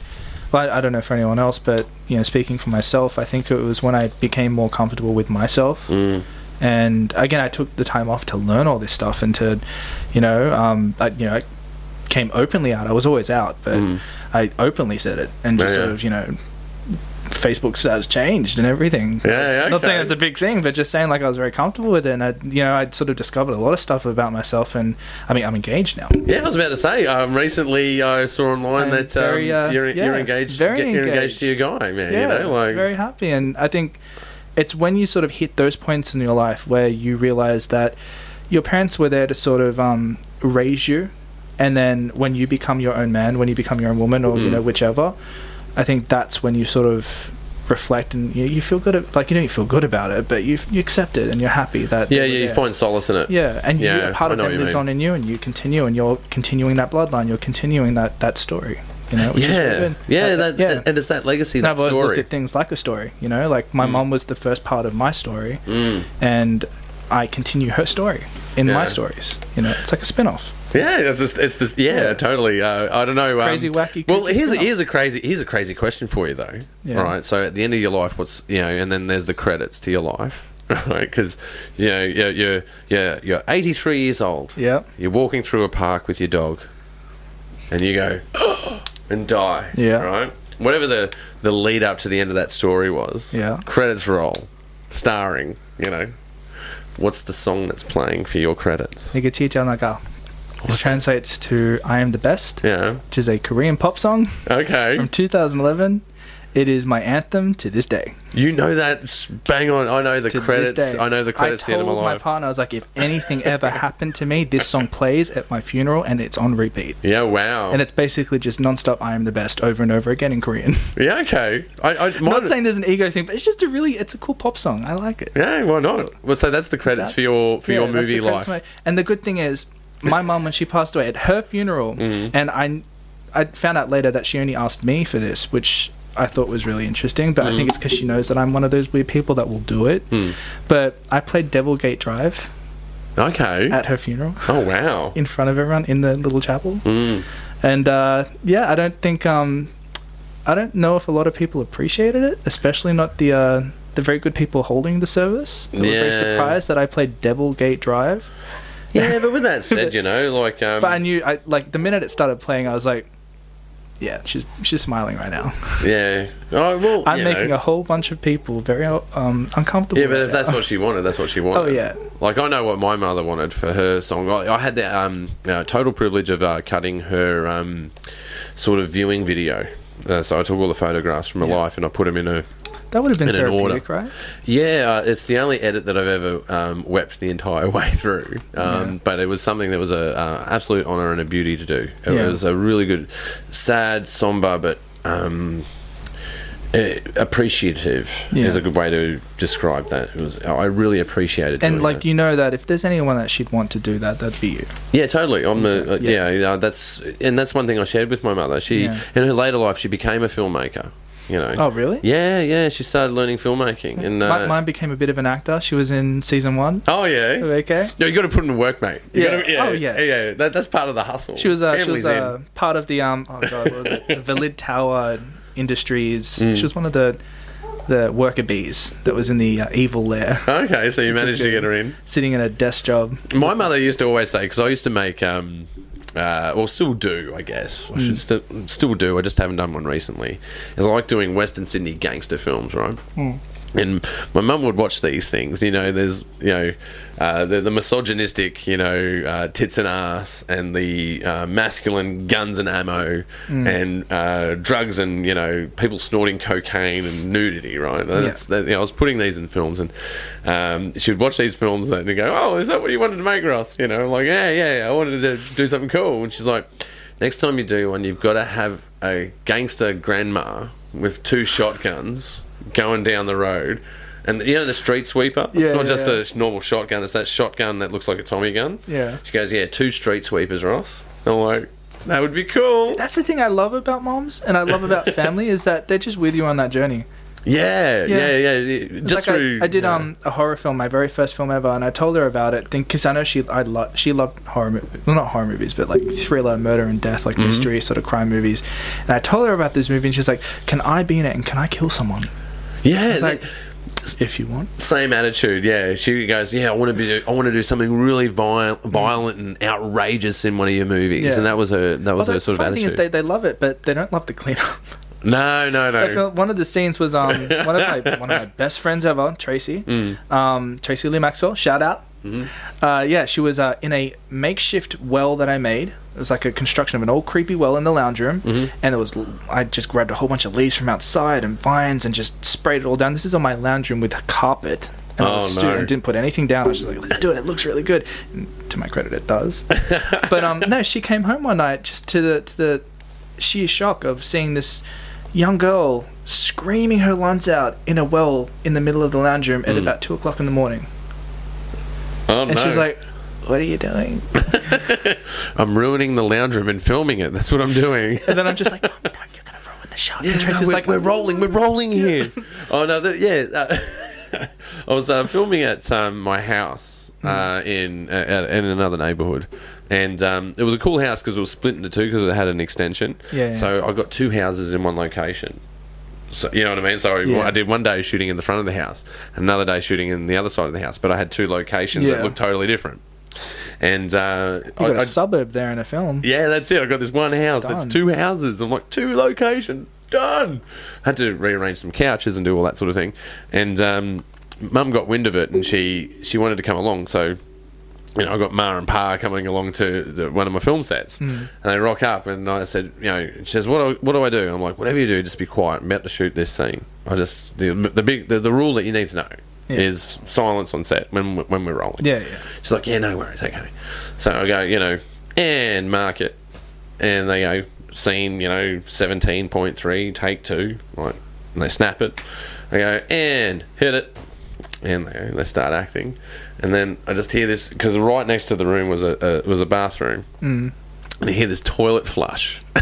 Speaker 1: Well, I I don't know for anyone else, but you know, speaking for myself, I think it was when I became more comfortable with myself.
Speaker 2: Mm.
Speaker 1: And again, I took the time off to learn all this stuff and to, you know, um, I, you know, I came openly out. I was always out, but
Speaker 2: Mm.
Speaker 1: I openly said it and just
Speaker 2: Yeah,
Speaker 1: sort
Speaker 2: yeah.
Speaker 1: of, you know, Facebook has changed and everything.
Speaker 2: Yeah, yeah,
Speaker 1: Not saying
Speaker 2: okay.
Speaker 1: it's a big thing, but just saying like I was very comfortable with it, and I, you know, I'd sort of discovered a lot of stuff about myself, and I mean, I'm engaged now.
Speaker 2: Yeah, I was about to say. Um, recently, I saw
Speaker 1: I'm
Speaker 2: online that um,
Speaker 1: very, uh,
Speaker 2: you're,
Speaker 1: yeah,
Speaker 2: you're engaged.
Speaker 1: very
Speaker 2: get- You're engaged to your
Speaker 1: engaged.
Speaker 2: guy, man. you know, like
Speaker 1: very happy, and I think it's when you sort of hit those points in your life where you realize that your parents were there to sort of um, raise you, and then when you become your own man, when you become your own woman, or you
Speaker 2: Mm.
Speaker 1: know whichever, I think that's when you sort of reflect and you, you feel good. At, like you don't feel good about it, but you you accept it and you're happy that they
Speaker 2: yeah,
Speaker 1: were
Speaker 2: yeah. You
Speaker 1: there.
Speaker 2: find solace in it.
Speaker 1: Yeah, and you-
Speaker 2: Yeah,
Speaker 1: a part
Speaker 2: I
Speaker 1: of
Speaker 2: know
Speaker 1: them
Speaker 2: what you
Speaker 1: lives
Speaker 2: mean.
Speaker 1: on in you, and you continue, and you're continuing that bloodline. You're continuing that that story. You know, which is really
Speaker 2: yeah,
Speaker 1: good.
Speaker 2: yeah,
Speaker 1: Uh,
Speaker 2: that, and it's that legacy,
Speaker 1: and
Speaker 2: that
Speaker 1: I've always looked
Speaker 2: story.
Speaker 1: at things like a story. You know, like my mum was the first part of my story,
Speaker 2: Mm.
Speaker 1: and I continue her story in
Speaker 2: Yeah.
Speaker 1: my stories. You know, it's like a spin-off.
Speaker 2: Yeah, it's just, it's this. Yeah,
Speaker 1: Yeah.
Speaker 2: totally. Uh, I don't know. um,
Speaker 1: crazy, wacky,
Speaker 2: Well,
Speaker 1: crazy
Speaker 2: here's a,
Speaker 1: stuff.
Speaker 2: here's a crazy here's a crazy question for you though.
Speaker 1: Yeah.
Speaker 2: Right. So at the end of your life, what's you know, and then there's the credits to your life, right? Because you know you're you're you're, you're 83 years old.
Speaker 1: Yeah,
Speaker 2: You're walking through a park with your dog, and you go and die.
Speaker 1: Yeah.
Speaker 2: Right. Whatever the the lead up to the end of that story was.
Speaker 1: Yeah.
Speaker 2: Credits roll, starring. You know, what's the song that's playing for your credits?
Speaker 1: Nigatiya Naga. Which translates to "I am the best,"
Speaker 2: Yeah.
Speaker 1: which is a Korean pop song
Speaker 2: Okay.
Speaker 1: from 2011, It is my anthem to this day.
Speaker 2: You know that s- bang on. I know the
Speaker 1: To this
Speaker 2: credits.
Speaker 1: day.
Speaker 2: I know the credits.
Speaker 1: I
Speaker 2: the end
Speaker 1: told
Speaker 2: of my
Speaker 1: my
Speaker 2: life.
Speaker 1: partner, I was like, if anything ever happened to me, this song plays at my funeral and it's on repeat.
Speaker 2: yeah. Wow.
Speaker 1: And it's basically just nonstop "I am the best" over and over again in Korean.
Speaker 2: yeah. Okay. I. I
Speaker 1: I'm
Speaker 2: mine-
Speaker 1: not saying there's an ego thing, but it's just a really it's a cool pop song. I like it.
Speaker 2: Yeah. Why not? Well, so that's the credits
Speaker 1: out.
Speaker 2: for your for your
Speaker 1: Yeah, that's
Speaker 2: movie
Speaker 1: the
Speaker 2: life.
Speaker 1: premise of my- And the good thing is, my mum when she passed away at her funeral,
Speaker 2: Mm-hmm.
Speaker 1: and I, I found out later that she only asked me for this, which I thought was really interesting. But I think it's
Speaker 2: Mm.
Speaker 1: because she knows that I'm one of those weird people that will do it.
Speaker 2: Hmm.
Speaker 1: But I played Devil Gate Drive
Speaker 2: Okay.
Speaker 1: at her funeral
Speaker 2: oh wow.
Speaker 1: in front of everyone in the little chapel,
Speaker 2: Mm.
Speaker 1: and uh, yeah, I don't think um, I don't know if a lot of people appreciated it, especially not the. Uh, the very good people holding the service. They were very
Speaker 2: Yeah.
Speaker 1: surprised that I played Devil Gate Drive.
Speaker 2: Yeah, but with that said, you know, like, um,
Speaker 1: But I knew, I like the minute it started playing, I was like, "Yeah, she's she's smiling right now.
Speaker 2: yeah. Oh well,
Speaker 1: I'm
Speaker 2: you
Speaker 1: making
Speaker 2: know.
Speaker 1: a whole bunch of people very um, uncomfortable."
Speaker 2: Yeah, but
Speaker 1: right
Speaker 2: if that's
Speaker 1: now.
Speaker 2: what she wanted, that's what she wanted.
Speaker 1: Oh, yeah.
Speaker 2: Like I know what my mother wanted for her song. I, I had the um, uh, total privilege of uh, cutting her um, sort of viewing video. Uh, so I took all the photographs from her
Speaker 1: Yeah.
Speaker 2: life and I put them in a.
Speaker 1: that would have been
Speaker 2: in an order.
Speaker 1: therapeutic, right?
Speaker 2: Yeah, uh, it's the only edit that I've ever um, wept the entire way through. Um,
Speaker 1: Yeah.
Speaker 2: But it was something that was a uh, absolute honour and a beauty to do. It
Speaker 1: Yeah.
Speaker 2: was a really good, sad, somber, but um, eh, appreciative
Speaker 1: Yeah.
Speaker 2: is a good way to describe that. It was I really appreciated.
Speaker 1: And
Speaker 2: doing
Speaker 1: like
Speaker 2: that.
Speaker 1: you know that if there's anyone that she'd want to do that, that'd be you.
Speaker 2: Yeah, totally. I'm the uh, yeah.
Speaker 1: Yeah.
Speaker 2: uh, that's and that's one thing I shared with my mother. She
Speaker 1: Yeah.
Speaker 2: in her later life she became a filmmaker. You know.
Speaker 1: Oh, really?
Speaker 2: Yeah, yeah. She started learning filmmaking and. Uh,
Speaker 1: Mi- mine became a bit of an actor. She was in season one.
Speaker 2: oh yeah.
Speaker 1: Okay.
Speaker 2: Yeah, you got to put in the work, mate. You
Speaker 1: Yeah.
Speaker 2: Gotta, yeah.
Speaker 1: Oh, yeah.
Speaker 2: Yeah, that, that's part of the hustle.
Speaker 1: She was uh, she
Speaker 2: Family's
Speaker 1: was uh, part of the um oh god what was it the Valid Tower Industries.
Speaker 2: Mm.
Speaker 1: She was one of the the worker bees that was in the uh, evil lair,
Speaker 2: in. Okay, so you
Speaker 1: Which is
Speaker 2: managed to
Speaker 1: good.
Speaker 2: get her in.
Speaker 1: sitting in a desk job.
Speaker 2: My mother used to always say because I used to make, um, uh, well, still do, I guess. I should still still do. I just haven't done one recently. Is I like doing Western Sydney gangster films, right? And my mum would watch these things. You know, there's you know uh, the, the misogynistic, you know, uh, tits and ass, and the uh, masculine guns and ammo, and uh, drugs, and you know, people snorting cocaine and nudity. Right? That's, that, you know, I was putting these in films, and um, she would watch these films and they'd go, "Oh, is that what you wanted to make, Ross?" You know, I'm like, "Yeah, yeah, yeah, I wanted to do something cool." And she's like, "Next time you do one, you've got to have a gangster grandma with two shotguns going down the road." And you know the street sweeper? it's
Speaker 1: Yeah,
Speaker 2: not
Speaker 1: yeah,
Speaker 2: just
Speaker 1: yeah.
Speaker 2: a normal shotgun. It's that shotgun that looks like a Tommy gun.
Speaker 1: Yeah.
Speaker 2: She goes, "Yeah, two street sweepers, Ross." And I'm like, "That would be cool."
Speaker 1: That's the thing I love about moms and I love about family is that they're just with you on that journey.
Speaker 2: Yeah,
Speaker 1: Yeah.
Speaker 2: yeah, yeah. Just
Speaker 1: like I-
Speaker 2: through.
Speaker 1: I, did
Speaker 2: yeah.
Speaker 1: um a horror film, my very first film ever, and I told her about it because I know she I lo- she loved horror movies, well not horror movies, but like thriller, murder and death,
Speaker 2: Mm-hmm.
Speaker 1: like mystery sort of crime movies. And I told her about this movie, and she's like, "Can I be in it? And can I kill someone
Speaker 2: Yeah,
Speaker 1: It's
Speaker 2: that-
Speaker 1: like- if you want?"
Speaker 2: same attitude. Yeah, she goes, "Yeah, I want to be. I want to do something really viol- violent and outrageous in one of your movies."
Speaker 1: Mm. Yeah.
Speaker 2: And that was her. That was
Speaker 1: Well,
Speaker 2: her
Speaker 1: the
Speaker 2: sort of
Speaker 1: funny thing
Speaker 2: attitude.
Speaker 1: is they, they love it, but they don't love the cleanup.
Speaker 2: no, no,
Speaker 1: I
Speaker 2: no.
Speaker 1: feel one of the scenes was um one of my one of my best friends ever, Tracy,
Speaker 2: Mm.
Speaker 1: um Tracy Lee Maxwell. Shout out.
Speaker 2: Mm-hmm.
Speaker 1: Uh, yeah, she was uh, in a makeshift well that I made. It was like a construction of an old creepy well in the lounge room,
Speaker 2: Mm-hmm.
Speaker 1: and it was l- I just grabbed a whole bunch of leaves from outside and vines and just sprayed it all down. This is on my lounge room with a carpet. And I
Speaker 2: Oh,
Speaker 1: was a
Speaker 2: no.
Speaker 1: student and didn't put anything down. I was just like, let's do it. It looks really good. And to my credit, it does. but um, no, she came home one night just to the to the sheer shock of seeing this young girl screaming her lungs out in a well in the middle of the lounge room
Speaker 2: Mm.
Speaker 1: at about two o'clock in the morning.
Speaker 2: oh,
Speaker 1: And
Speaker 2: no.
Speaker 1: she's like, "What are you doing?"
Speaker 2: "I'm ruining the lounge room and filming it. That's what I'm doing."
Speaker 1: And then I'm just like, "Oh no, you're gonna ruin the show."
Speaker 2: Yeah,
Speaker 1: and Tracy's
Speaker 2: no, we're,
Speaker 1: like,
Speaker 2: we're rolling, we're rolling here. oh no, that, yeah. uh, I was uh, filming at um, my house
Speaker 1: Mm.
Speaker 2: uh, in uh, uh, in another neighbourhood, and um, it was a cool house because it was split into two because it had an extension.
Speaker 1: Yeah, yeah.
Speaker 2: So I got two houses in one location. So, you know what I mean? So I-
Speaker 1: Yeah.
Speaker 2: I did one day shooting in the front of the house, another day shooting in the other side of the house, but I had two locations that
Speaker 1: Yeah.
Speaker 2: looked totally different. And uh,
Speaker 1: "You got
Speaker 2: I-
Speaker 1: a
Speaker 2: I-
Speaker 1: suburb there in a film."
Speaker 2: yeah, that's it. I got this one house. That's
Speaker 1: Done.
Speaker 2: two houses. I'm like, two locations. Done. had to rearrange some couches and do all that sort of thing. And um, mum got wind of it and she, she wanted to come along. So you know, I got Ma and Pa coming along to the, one of my film sets,
Speaker 1: Hmm.
Speaker 2: and they rock up, and I said, you know, she says, what do, what do I do? I'm like, whatever you do, just be quiet. I'm about to shoot this scene. I just the the big the, the rule that you need to know
Speaker 1: Yeah.
Speaker 2: is silence on set when we- when we're rolling.
Speaker 1: Yeah, yeah.
Speaker 2: She's like, yeah, no worries, okay. So I go, you know, and mark it, and they go scene, you know, seventeen point three, take two, like, and they snap it. I go and hit it, and they they start acting, and then I just hear this because right next to the room was a, a was a bathroom, mm. and I hear this toilet flush.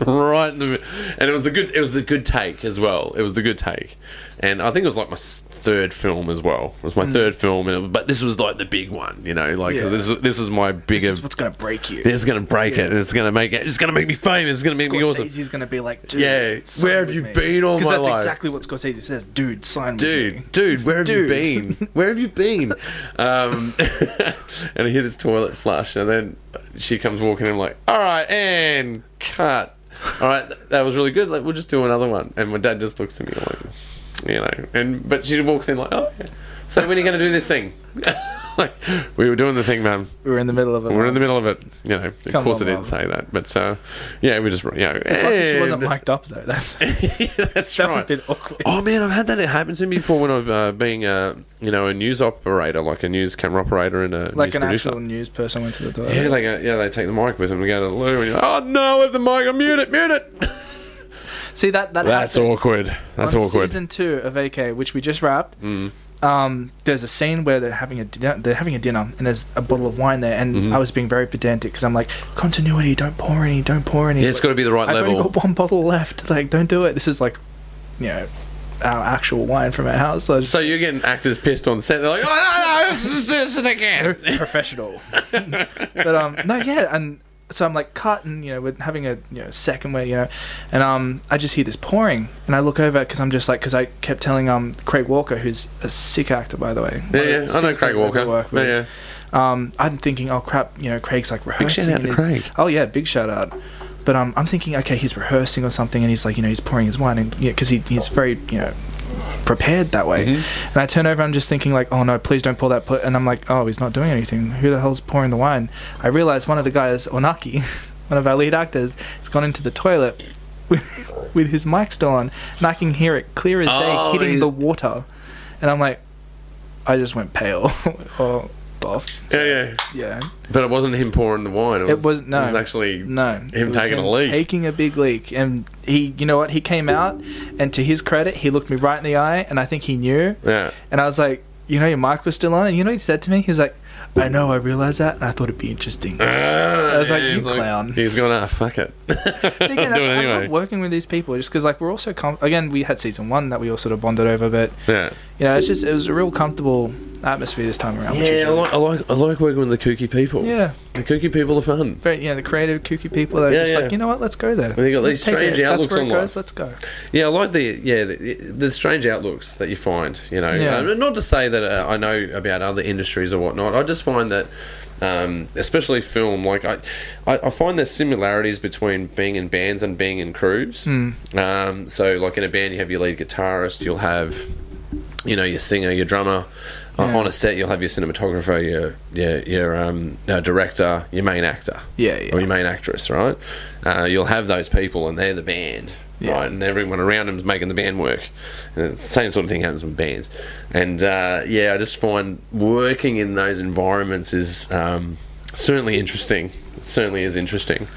Speaker 2: Right, in the, and it was the good. It was the good take as well. It was the good take, and I think it was like my s- third film as well. It was my third film, and it- but this was like the big one, you know. Like
Speaker 1: Yeah.
Speaker 2: this, this is my bigger.
Speaker 1: This is what's gonna break you.
Speaker 2: It's gonna break it. and It's gonna make it. It's gonna make me famous. It's gonna make me awesome.
Speaker 1: Scorsese's gonna be like, dude,
Speaker 2: Yeah,
Speaker 1: sign
Speaker 2: where have
Speaker 1: with
Speaker 2: you
Speaker 1: me.
Speaker 2: been all
Speaker 1: 'Cause
Speaker 2: my
Speaker 1: that's
Speaker 2: life?
Speaker 1: exactly what Scorsese says. Dude, sign with me.
Speaker 2: Dude, dude, where have
Speaker 1: Dude.
Speaker 2: you been? Where have you been? Um, and I hear this toilet flush, and then she comes walking in, like, all right, and cut. All right, th- that was really good. Like, we'll just do another one. And my dad just looks at me like, you know, and but she walks in like, oh, yeah. so when are you going to do this thing? like, we were doing the thing, man.
Speaker 1: We were in the middle of it.
Speaker 2: We're in the middle of it. You know, of
Speaker 1: Come
Speaker 2: course
Speaker 1: on,
Speaker 2: I didn't
Speaker 1: Mum.
Speaker 2: say that, but uh, yeah, we just, you know,
Speaker 1: It's lucky she wasn't
Speaker 2: and-
Speaker 1: mic'd up though. That's
Speaker 2: Yeah, that's
Speaker 1: that would
Speaker 2: right.
Speaker 1: have been awkward.
Speaker 2: Oh man, I've had that happen to me before when I've uh, being uh, you know a news operator, like a news camera operator and a
Speaker 1: Like
Speaker 2: news
Speaker 1: an
Speaker 2: producer.
Speaker 1: actual news person went to the toilet.
Speaker 2: yeah, they go, yeah, they take the mic with them and go to the loo, and you're like, oh no, I have the mic, I mute it, mute it.
Speaker 1: See that that
Speaker 2: That's
Speaker 1: happened
Speaker 2: awkward. That's
Speaker 1: on
Speaker 2: awkward. Mm.
Speaker 1: Season two of AK, which we just wrapped. Um, there's a scene where they're having a dinner, they're having a dinner, and there's a bottle of wine there, and
Speaker 2: Mm-hmm.
Speaker 1: I was being very pedantic because I'm like, continuity, don't pour any, don't pour any.
Speaker 2: yeah, it's got to be the right
Speaker 1: I've
Speaker 2: level.
Speaker 1: only got one bottle left. Like, don't do it. This is like, you know, our actual wine from our house. So,
Speaker 2: so you're getting actors pissed on set. They're like, oh no, no, this is this is again.
Speaker 1: professional. but um, no, yeah, and so I'm like cut, and you know, we're having a you know second where you know, and um, I just hear this pouring, and I look over because I'm just like because I kept telling um Craig Walker, who's a sick actor by the way. One
Speaker 2: Yeah,
Speaker 1: of
Speaker 2: yeah,
Speaker 1: the
Speaker 2: I know
Speaker 1: sickest
Speaker 2: Craig
Speaker 1: people I've
Speaker 2: Walker.
Speaker 1: ever worked
Speaker 2: Yeah,
Speaker 1: with.
Speaker 2: yeah.
Speaker 1: Um, I'm thinking, oh crap, you know, Craig's like rehearsing.
Speaker 2: out
Speaker 1: and
Speaker 2: to
Speaker 1: he's-
Speaker 2: Craig.
Speaker 1: Oh yeah, big shout out. But um, I'm thinking, okay, he's rehearsing or something, and he's like, you know, he's pouring his wine, and because he, he's very, you know, prepared that way.
Speaker 2: Mm-hmm.
Speaker 1: And I turn over, I'm just thinking like, oh no, please don't pour that. Put, and I'm like, oh, he's not doing anything. Who the hell's pouring the wine? I realize one of the guys, Onaki, one of our lead actors, has gone into the toilet. With, with his mic still on, and I can hear it clear as day
Speaker 2: Oh,
Speaker 1: hitting
Speaker 2: he's-
Speaker 1: the water, and I'm like, I just went pale or off.
Speaker 2: Yeah, yeah.
Speaker 1: Yeah.
Speaker 2: But it wasn't him pouring the wine. It was,
Speaker 1: was- no.
Speaker 2: It was actually
Speaker 1: No. it was
Speaker 2: taking a leak.
Speaker 1: Taking a big leak. And he, you know what? He came out, and to his credit, he looked me right in the eye, and I think he knew.
Speaker 2: yeah.
Speaker 1: And I was like, you know, your mic was still on. And you know what he said to me? He was like, I know, I realized that, and I thought it'd be interesting. So
Speaker 2: I
Speaker 1: was like, "You clown."
Speaker 2: Ah, He's gone, ah, fuck it.
Speaker 1: again,
Speaker 2: Do
Speaker 1: that's,
Speaker 2: it
Speaker 1: I
Speaker 2: anyway.
Speaker 1: love working with these people just because, like, we're all so com- again, we had season one that we all sort of bonded over, but
Speaker 2: Yeah.
Speaker 1: you know, it's just it was a real comfortable atmosphere this time around. which is
Speaker 2: Yeah, I
Speaker 1: really-
Speaker 2: like, I like I like working with the kooky people.
Speaker 1: yeah,
Speaker 2: the kooky people are fun.
Speaker 1: very, yeah, the creative, kooky people. They're
Speaker 2: Yeah,
Speaker 1: just
Speaker 2: yeah.
Speaker 1: like, you know what? Let's go there.
Speaker 2: they got
Speaker 1: Let's
Speaker 2: these
Speaker 1: take
Speaker 2: strange
Speaker 1: it. If
Speaker 2: outlooks
Speaker 1: That's where
Speaker 2: on
Speaker 1: it goes.
Speaker 2: life.
Speaker 1: Let's go.
Speaker 2: Yeah, I like the yeah the, the strange outlooks that you find. You know,
Speaker 1: Yeah.
Speaker 2: Uh, not to say that uh, I know about other industries or whatnot. I just find that, um, especially film, like I, I, I find there's similarities between being in bands and being in crews.
Speaker 1: Hmm.
Speaker 2: Um, so, like in a band, you have your lead guitarist, you'll have, you know, your singer, your drummer. O-
Speaker 1: Yeah.
Speaker 2: On a set, you'll have your cinematographer, your your, your um, uh, director, your main actor
Speaker 1: Yeah, yeah.
Speaker 2: or your main actress, right? Uh, you'll have those people, and they're the band,
Speaker 1: Yeah.
Speaker 2: right? And everyone around them is making the band work. And the same sort of thing happens with bands, and uh, yeah, I just find working in those environments is um, certainly interesting. It certainly is interesting.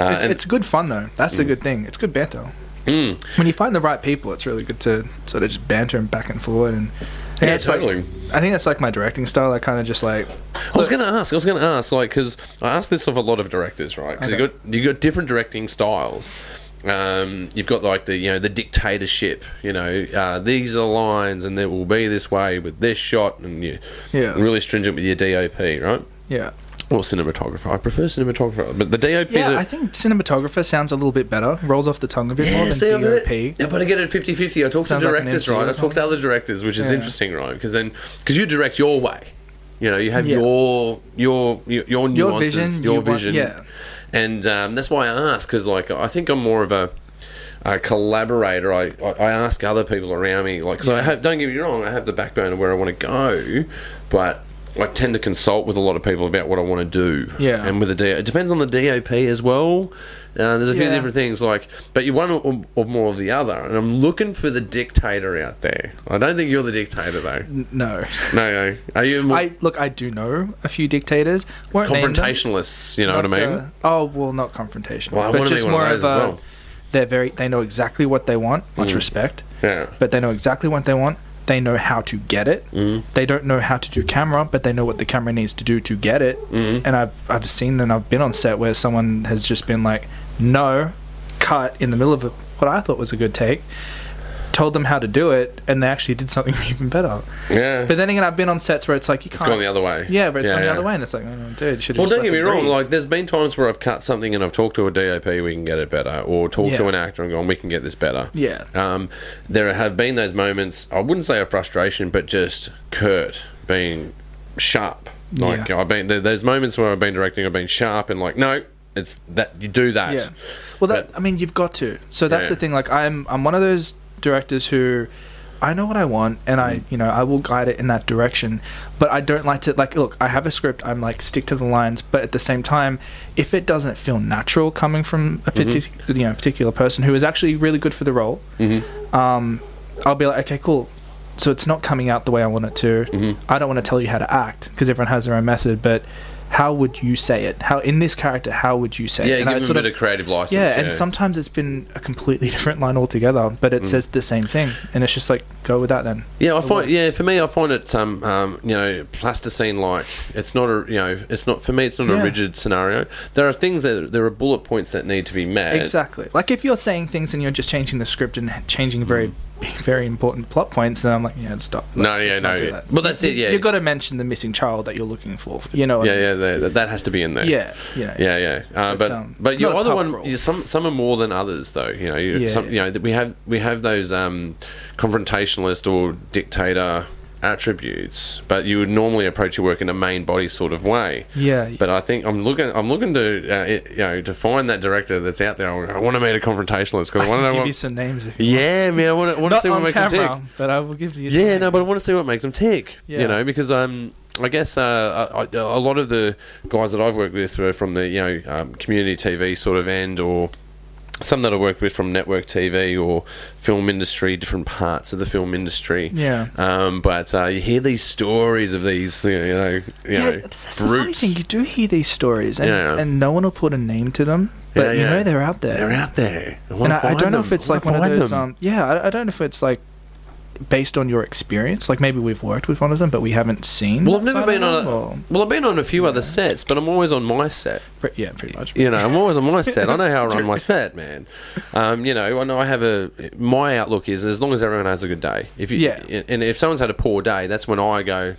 Speaker 2: Uh,
Speaker 1: It's,
Speaker 2: and-
Speaker 1: it's good fun though. That's the good thing. It's good banter.
Speaker 2: Mm.
Speaker 1: When you find the right people, it's really good to sort of just banter and back and forward. And I think
Speaker 2: Yeah,
Speaker 1: that's like-
Speaker 2: totally.
Speaker 1: I think that's like my directing style. I kind of just like
Speaker 2: I was going to ask. I was going to ask, like, because I asked this of a lot of directors, right? Because you
Speaker 1: Okay.
Speaker 2: got you got different directing styles. Um, you've got like the you know the dictatorship. You know, uh, these are the lines, and it will be this way with this shot, and you
Speaker 1: Yeah.
Speaker 2: really stringent with your DOP, right?
Speaker 1: yeah.
Speaker 2: Or cinematographer. I prefer cinematographer, but the DOP.
Speaker 1: Yeah, I think cinematographer sounds a little bit better. Rolls off the tongue a bit more
Speaker 2: see,
Speaker 1: than
Speaker 2: I'm a bit-
Speaker 1: DOP.
Speaker 2: Yeah, but I get it 50 50. I talk
Speaker 1: Sounds
Speaker 2: to
Speaker 1: like an
Speaker 2: directors,
Speaker 1: MC or
Speaker 2: right? I talk
Speaker 1: something.
Speaker 2: to other directors, which is
Speaker 1: Yeah.
Speaker 2: interesting, right? Because then, because you direct your way. You know, you have
Speaker 1: Yeah.
Speaker 2: your your your
Speaker 1: Your
Speaker 2: your nuances, your vision,
Speaker 1: vision, you want- yeah.
Speaker 2: and um, that's why I ask because, like, I think I'm more of a, a collaborator. I, I, I ask other people around me, like, because I have. Don't get me wrong, I have the backbone of where I want to go, but I tend to consult with a lot of people about what I want to do.
Speaker 1: Yeah.
Speaker 2: And with the DOP, it depends on the DOP as well. Uh, there's a few
Speaker 1: Yeah.
Speaker 2: different things like, but you one or, or more of the other. And I'm looking for the dictator out there. I don't think you're the dictator though.
Speaker 1: N- No,
Speaker 2: No, no. Are you more
Speaker 1: I look. I do know a few dictators. Won't name them.
Speaker 2: confrontationalists? You know what I
Speaker 1: Not,
Speaker 2: mean?
Speaker 1: uh, oh well, not confrontational,
Speaker 2: Well, I
Speaker 1: but
Speaker 2: wanna be
Speaker 1: just
Speaker 2: one of
Speaker 1: more of,
Speaker 2: those
Speaker 1: a.
Speaker 2: as well. Mm.
Speaker 1: They're very. They know exactly what they want. Much respect,
Speaker 2: yeah.
Speaker 1: but they know exactly what they want. They know how to get it.
Speaker 2: Mm.
Speaker 1: They don't know how to do camera, but they know what the camera needs to do to get it.
Speaker 2: Mm.
Speaker 1: And I've I've seen and I've been on set where someone has just been like, no, cut in the middle of a, what I thought was a good take. Told them how to do it, and they actually did something even better.
Speaker 2: Yeah.
Speaker 1: But then again, I've been on sets where it's like you
Speaker 2: it's
Speaker 1: can't.
Speaker 2: gone the other way.
Speaker 1: yeah, but it's gone
Speaker 2: yeah.
Speaker 1: the other way, and it's like, oh, dude, should.
Speaker 2: Well, don't get me wrong. Like, there's been times where I've cut something and I've talked to a DOP, we can get it better, or talked to
Speaker 1: Yeah.
Speaker 2: an actor and gone, we can get this better.
Speaker 1: Yeah.
Speaker 2: Um, there have been those moments. I wouldn't say a frustration, but just curt, being sharp. Like
Speaker 1: Yeah.
Speaker 2: I've been there, there's moments where I've been directing, I've been sharp and like, no, it's that you do that.
Speaker 1: Yeah. Well, that
Speaker 2: But-
Speaker 1: I mean, you've got to. So that's
Speaker 2: Yeah.
Speaker 1: the thing. Like, I'm I'm one of those directors who I know what I want, and
Speaker 2: Mm.
Speaker 1: I you know I will guide it in that direction. But I don't like to like look. I have a script. I'm like stick to the lines. But at the same time, if it doesn't feel natural coming from a
Speaker 2: Mm-hmm.
Speaker 1: partic- you know particular person who is actually really good for the role,
Speaker 2: Mm-hmm.
Speaker 1: um, I'll be like, okay, cool. So it's not coming out the way I want it to.
Speaker 2: Mm-hmm.
Speaker 1: I don't want to tell you how to act because everyone has their own method, but. How would you say it? How in this character? How would you say it?
Speaker 2: Yeah, you
Speaker 1: And I
Speaker 2: give them
Speaker 1: sort
Speaker 2: a
Speaker 1: of-
Speaker 2: bit of creative license.
Speaker 1: yeah, and sometimes it's been a completely different line altogether, but
Speaker 2: Mm.
Speaker 1: it says the same thing, and it's just like go with that then.
Speaker 2: Yeah, I
Speaker 1: It
Speaker 2: find
Speaker 1: works.
Speaker 2: yeah for me I find it um, um you know plasticine like it's not a you know it's not for me it's not a
Speaker 1: Yeah.
Speaker 2: rigid scenario. There are things that there are bullet points that need to be met.
Speaker 1: Exactly. Like if you're saying things and you're just changing the script and changing very, very important plot points, then I'm like, yeah, stop. Like,
Speaker 2: Mm. No, yeah,
Speaker 1: let's not
Speaker 2: no,
Speaker 1: do
Speaker 2: yeah.
Speaker 1: that.
Speaker 2: Well, that's it,
Speaker 1: You-
Speaker 2: yeah.
Speaker 1: you've got to mention the missing child that you're looking for. You know. what I
Speaker 2: Yeah,
Speaker 1: mean?
Speaker 2: yeah, that, that has to be in there.
Speaker 1: Yeah, you know.
Speaker 2: Yeah, yeah, uh,
Speaker 1: But,
Speaker 2: but
Speaker 1: um,
Speaker 2: but
Speaker 1: it's
Speaker 2: you're
Speaker 1: not a
Speaker 2: either
Speaker 1: pub
Speaker 2: one.
Speaker 1: crawl.
Speaker 2: You, some some are more than others, though. You know, you,
Speaker 1: Yeah,
Speaker 2: some,
Speaker 1: yeah.
Speaker 2: you know that we have we have those um, confrontationalist or dictator attributes, but you would normally approach your work in a main body sort of way.
Speaker 1: Yeah.
Speaker 2: But I think I'm looking I'm looking to uh, it, you know to find that director that's out there. I, want to meet a confrontationalist because I,
Speaker 1: I can
Speaker 2: want to
Speaker 1: give
Speaker 2: know
Speaker 1: you
Speaker 2: what.
Speaker 1: some names if you
Speaker 2: Yeah, man, I want to, want to
Speaker 1: Not
Speaker 2: see what
Speaker 1: on
Speaker 2: makes him tick.
Speaker 1: camera, but I will give you. some
Speaker 2: Yeah, no,
Speaker 1: names.
Speaker 2: but I want to see what makes them tick. You
Speaker 1: Yeah.
Speaker 2: know, because um, I guess uh, I, I, a lot of the guys that I've worked with were from the you know um, community TV sort of end, or some that I worked with from network TV or film industry, different parts of the film industry.
Speaker 1: Yeah.
Speaker 2: Um, but uh, you hear these stories of these, you know, you know, you know,
Speaker 1: that's the funny
Speaker 2: brutes.
Speaker 1: thing. You do hear these stories, and,
Speaker 2: Yeah.
Speaker 1: and no one will put a name to them, but
Speaker 2: Yeah,
Speaker 1: you
Speaker 2: yeah.
Speaker 1: know they're out there.
Speaker 2: They're out there. I
Speaker 1: and
Speaker 2: wanna
Speaker 1: I, I
Speaker 2: find
Speaker 1: don't know
Speaker 2: them.
Speaker 1: if it's
Speaker 2: I
Speaker 1: like one of
Speaker 2: wanna find
Speaker 1: those.
Speaker 2: them.
Speaker 1: Um, yeah, I, I don't know if it's like based on your experience. Like maybe we've worked with one of them, but we haven't seen.
Speaker 2: Well, I've
Speaker 1: that
Speaker 2: never
Speaker 1: side
Speaker 2: been
Speaker 1: of
Speaker 2: on
Speaker 1: them,
Speaker 2: a-
Speaker 1: or-
Speaker 2: well, I've been on a few other sets, but I'm always on my set.
Speaker 1: pre- yeah, pretty much.
Speaker 2: You know, I'm always on my set. I know how I run my set, man. Um, you know, I know I have a. My outlook is as long as everyone has a good day. If you,
Speaker 1: Yeah.
Speaker 2: and if someone's had a poor day, that's when I go.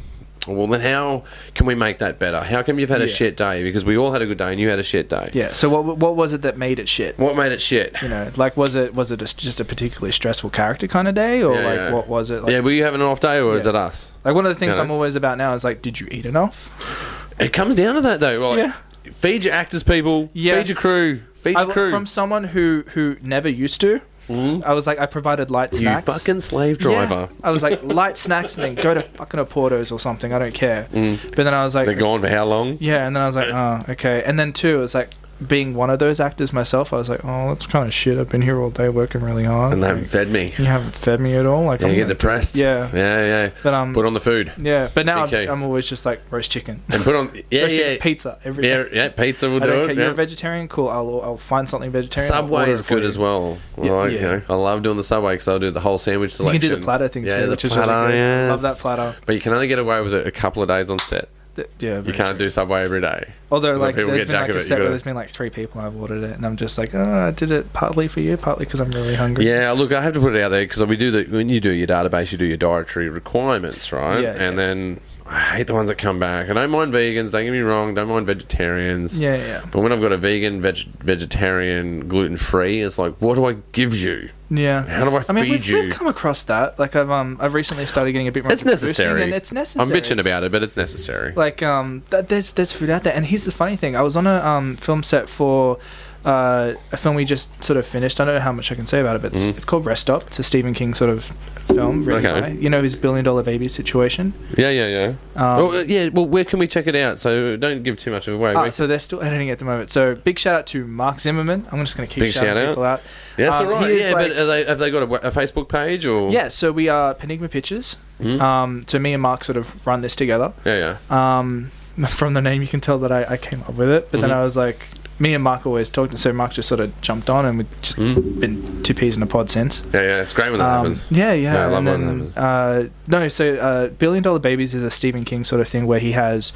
Speaker 2: Well, then how can we make that better? How come you've had a
Speaker 1: Yeah.
Speaker 2: shit day? Because we all had a good day and you had a shit day.
Speaker 1: Yeah. So what what was it that made it shit?
Speaker 2: What made it shit?
Speaker 1: You know, like was it was it a, just a particularly stressful character kind of day, or
Speaker 2: Yeah,
Speaker 1: like
Speaker 2: yeah.
Speaker 1: what was it? Like,
Speaker 2: yeah, were you having an off day or is
Speaker 1: Yeah.
Speaker 2: it us?
Speaker 1: like one of the things
Speaker 2: Yeah.
Speaker 1: I'm always about now is like, did you eat enough?
Speaker 2: It comes down to that though. Like,
Speaker 1: Yeah.
Speaker 2: feed your actors, people. Feed
Speaker 1: Yes.
Speaker 2: your crew. Feed
Speaker 1: I,
Speaker 2: your crew. Mm.
Speaker 1: from someone who who never used to, I was like, I provided light
Speaker 2: you
Speaker 1: snacks.
Speaker 2: fucking slave driver.
Speaker 1: Yeah. I was like, light snacks and then go to fucking a Porto's or something. I don't care.
Speaker 2: Mm.
Speaker 1: But then I was like,
Speaker 2: They're gone for how long?
Speaker 1: yeah, and then I was like, oh, okay. And then two, it's like being one of those actors myself. I was like, oh, that's kind of shit. I've been here all day working really hard.
Speaker 2: And they haven't
Speaker 1: Like,
Speaker 2: fed me.
Speaker 1: you haven't fed me at all. Like,
Speaker 2: Yeah,
Speaker 1: I'm
Speaker 2: you get
Speaker 1: gonna-
Speaker 2: depressed.
Speaker 1: Yeah.
Speaker 2: Yeah, yeah.
Speaker 1: But um,
Speaker 2: Put on the food.
Speaker 1: yeah. But now
Speaker 2: Okay.
Speaker 1: I'm, I'm always just like roast chicken,
Speaker 2: And put on yeah,
Speaker 1: roast
Speaker 2: yeah,
Speaker 1: chicken pizza every
Speaker 2: yeah,
Speaker 1: day.
Speaker 2: yeah. Pizza will
Speaker 1: I
Speaker 2: do
Speaker 1: don't care.
Speaker 2: it.
Speaker 1: You're
Speaker 2: Yeah.
Speaker 1: a vegetarian, cool. I'll I'll find something vegetarian. I'll
Speaker 2: Subway
Speaker 1: order
Speaker 2: is
Speaker 1: it for
Speaker 2: good
Speaker 1: you.
Speaker 2: as well.
Speaker 1: Yeah,
Speaker 2: like, You
Speaker 1: yeah.
Speaker 2: know, I love doing the subway because I'll do the whole sandwich
Speaker 1: You
Speaker 2: selection.
Speaker 1: can do the platter thing
Speaker 2: yeah,
Speaker 1: too,
Speaker 2: the
Speaker 1: which
Speaker 2: platter,
Speaker 1: is really good.
Speaker 2: yes.
Speaker 1: Love that platter.
Speaker 2: But you can only get away with it a couple of days on set.
Speaker 1: Th- Yeah,
Speaker 2: You
Speaker 1: very
Speaker 2: can't
Speaker 1: true.
Speaker 2: do subway every day.
Speaker 1: Although,
Speaker 2: Some
Speaker 1: like,
Speaker 2: people
Speaker 1: there's
Speaker 2: get
Speaker 1: been
Speaker 2: jack
Speaker 1: like
Speaker 2: of
Speaker 1: a
Speaker 2: it, you
Speaker 1: set
Speaker 2: gotta-
Speaker 1: where there's been like three people I've ordered it, and I'm just like, oh, I did it partly for you, partly because I'm really hungry.
Speaker 2: Yeah, look, I have to put it out there because we do the when you do your database, you do your dietary requirements, right?
Speaker 1: Yeah,
Speaker 2: and
Speaker 1: yeah.
Speaker 2: then I hate the ones that come back. I don't mind vegans. Don't get me wrong. Don't mind vegetarians.
Speaker 1: Yeah, yeah.
Speaker 2: But when I've got a vegan, veg- vegetarian, gluten free, it's like, what do I give you?
Speaker 1: Yeah.
Speaker 2: How do I,
Speaker 1: I mean,
Speaker 2: feed
Speaker 1: we've,
Speaker 2: you?
Speaker 1: we've come across that. Like, I've um, I've recently started getting a bit more.
Speaker 2: it's
Speaker 1: into producing
Speaker 2: necessary.
Speaker 1: And it's necessary.
Speaker 2: I'm bitching about it, but it's necessary.
Speaker 1: Like, um, th- there's there's food out there, and here's the funny thing. I was on a um film set for, uh, a film we just sort of finished. I don't know how much I can say about it, but
Speaker 2: Mhm.
Speaker 1: it's, it's called Rest Stop. It's a Stephen King sort of film, really
Speaker 2: Okay.
Speaker 1: high. You know his billion dollar baby situation.
Speaker 2: yeah, yeah, yeah.
Speaker 1: Um,
Speaker 2: well, uh, yeah. Well, where can we check it out? So don't give too much away.
Speaker 1: ah,
Speaker 2: Where-
Speaker 1: so they're still editing at the moment. So big shout out to Mark Zimmerman. I'm just going to keep
Speaker 2: Big
Speaker 1: shouting
Speaker 2: shout out.
Speaker 1: people out.
Speaker 2: yeah, that's
Speaker 1: um,
Speaker 2: all right.
Speaker 1: he is
Speaker 2: Yeah, but
Speaker 1: like-
Speaker 2: are they, have they got a, wa- a Facebook page or?
Speaker 1: Yeah, so we are Penigma Pictures.
Speaker 2: Mhm.
Speaker 1: Um, so me and Mark sort of run this together.
Speaker 2: yeah, yeah.
Speaker 1: Um, from the name, you can tell that I, I came up with it. But then
Speaker 2: Mhm.
Speaker 1: I was like, me and Mark always talked, and so Mark just sort of jumped on, and we've just
Speaker 2: Mm.
Speaker 1: been two peas in a pod since.
Speaker 2: Yeah, yeah. It's great when that
Speaker 1: Um,
Speaker 2: happens.
Speaker 1: yeah, yeah.
Speaker 2: Yeah, I
Speaker 1: and
Speaker 2: love when
Speaker 1: then, uh, no, so uh, Billion Dollar Babies is a Stephen King sort of thing where he has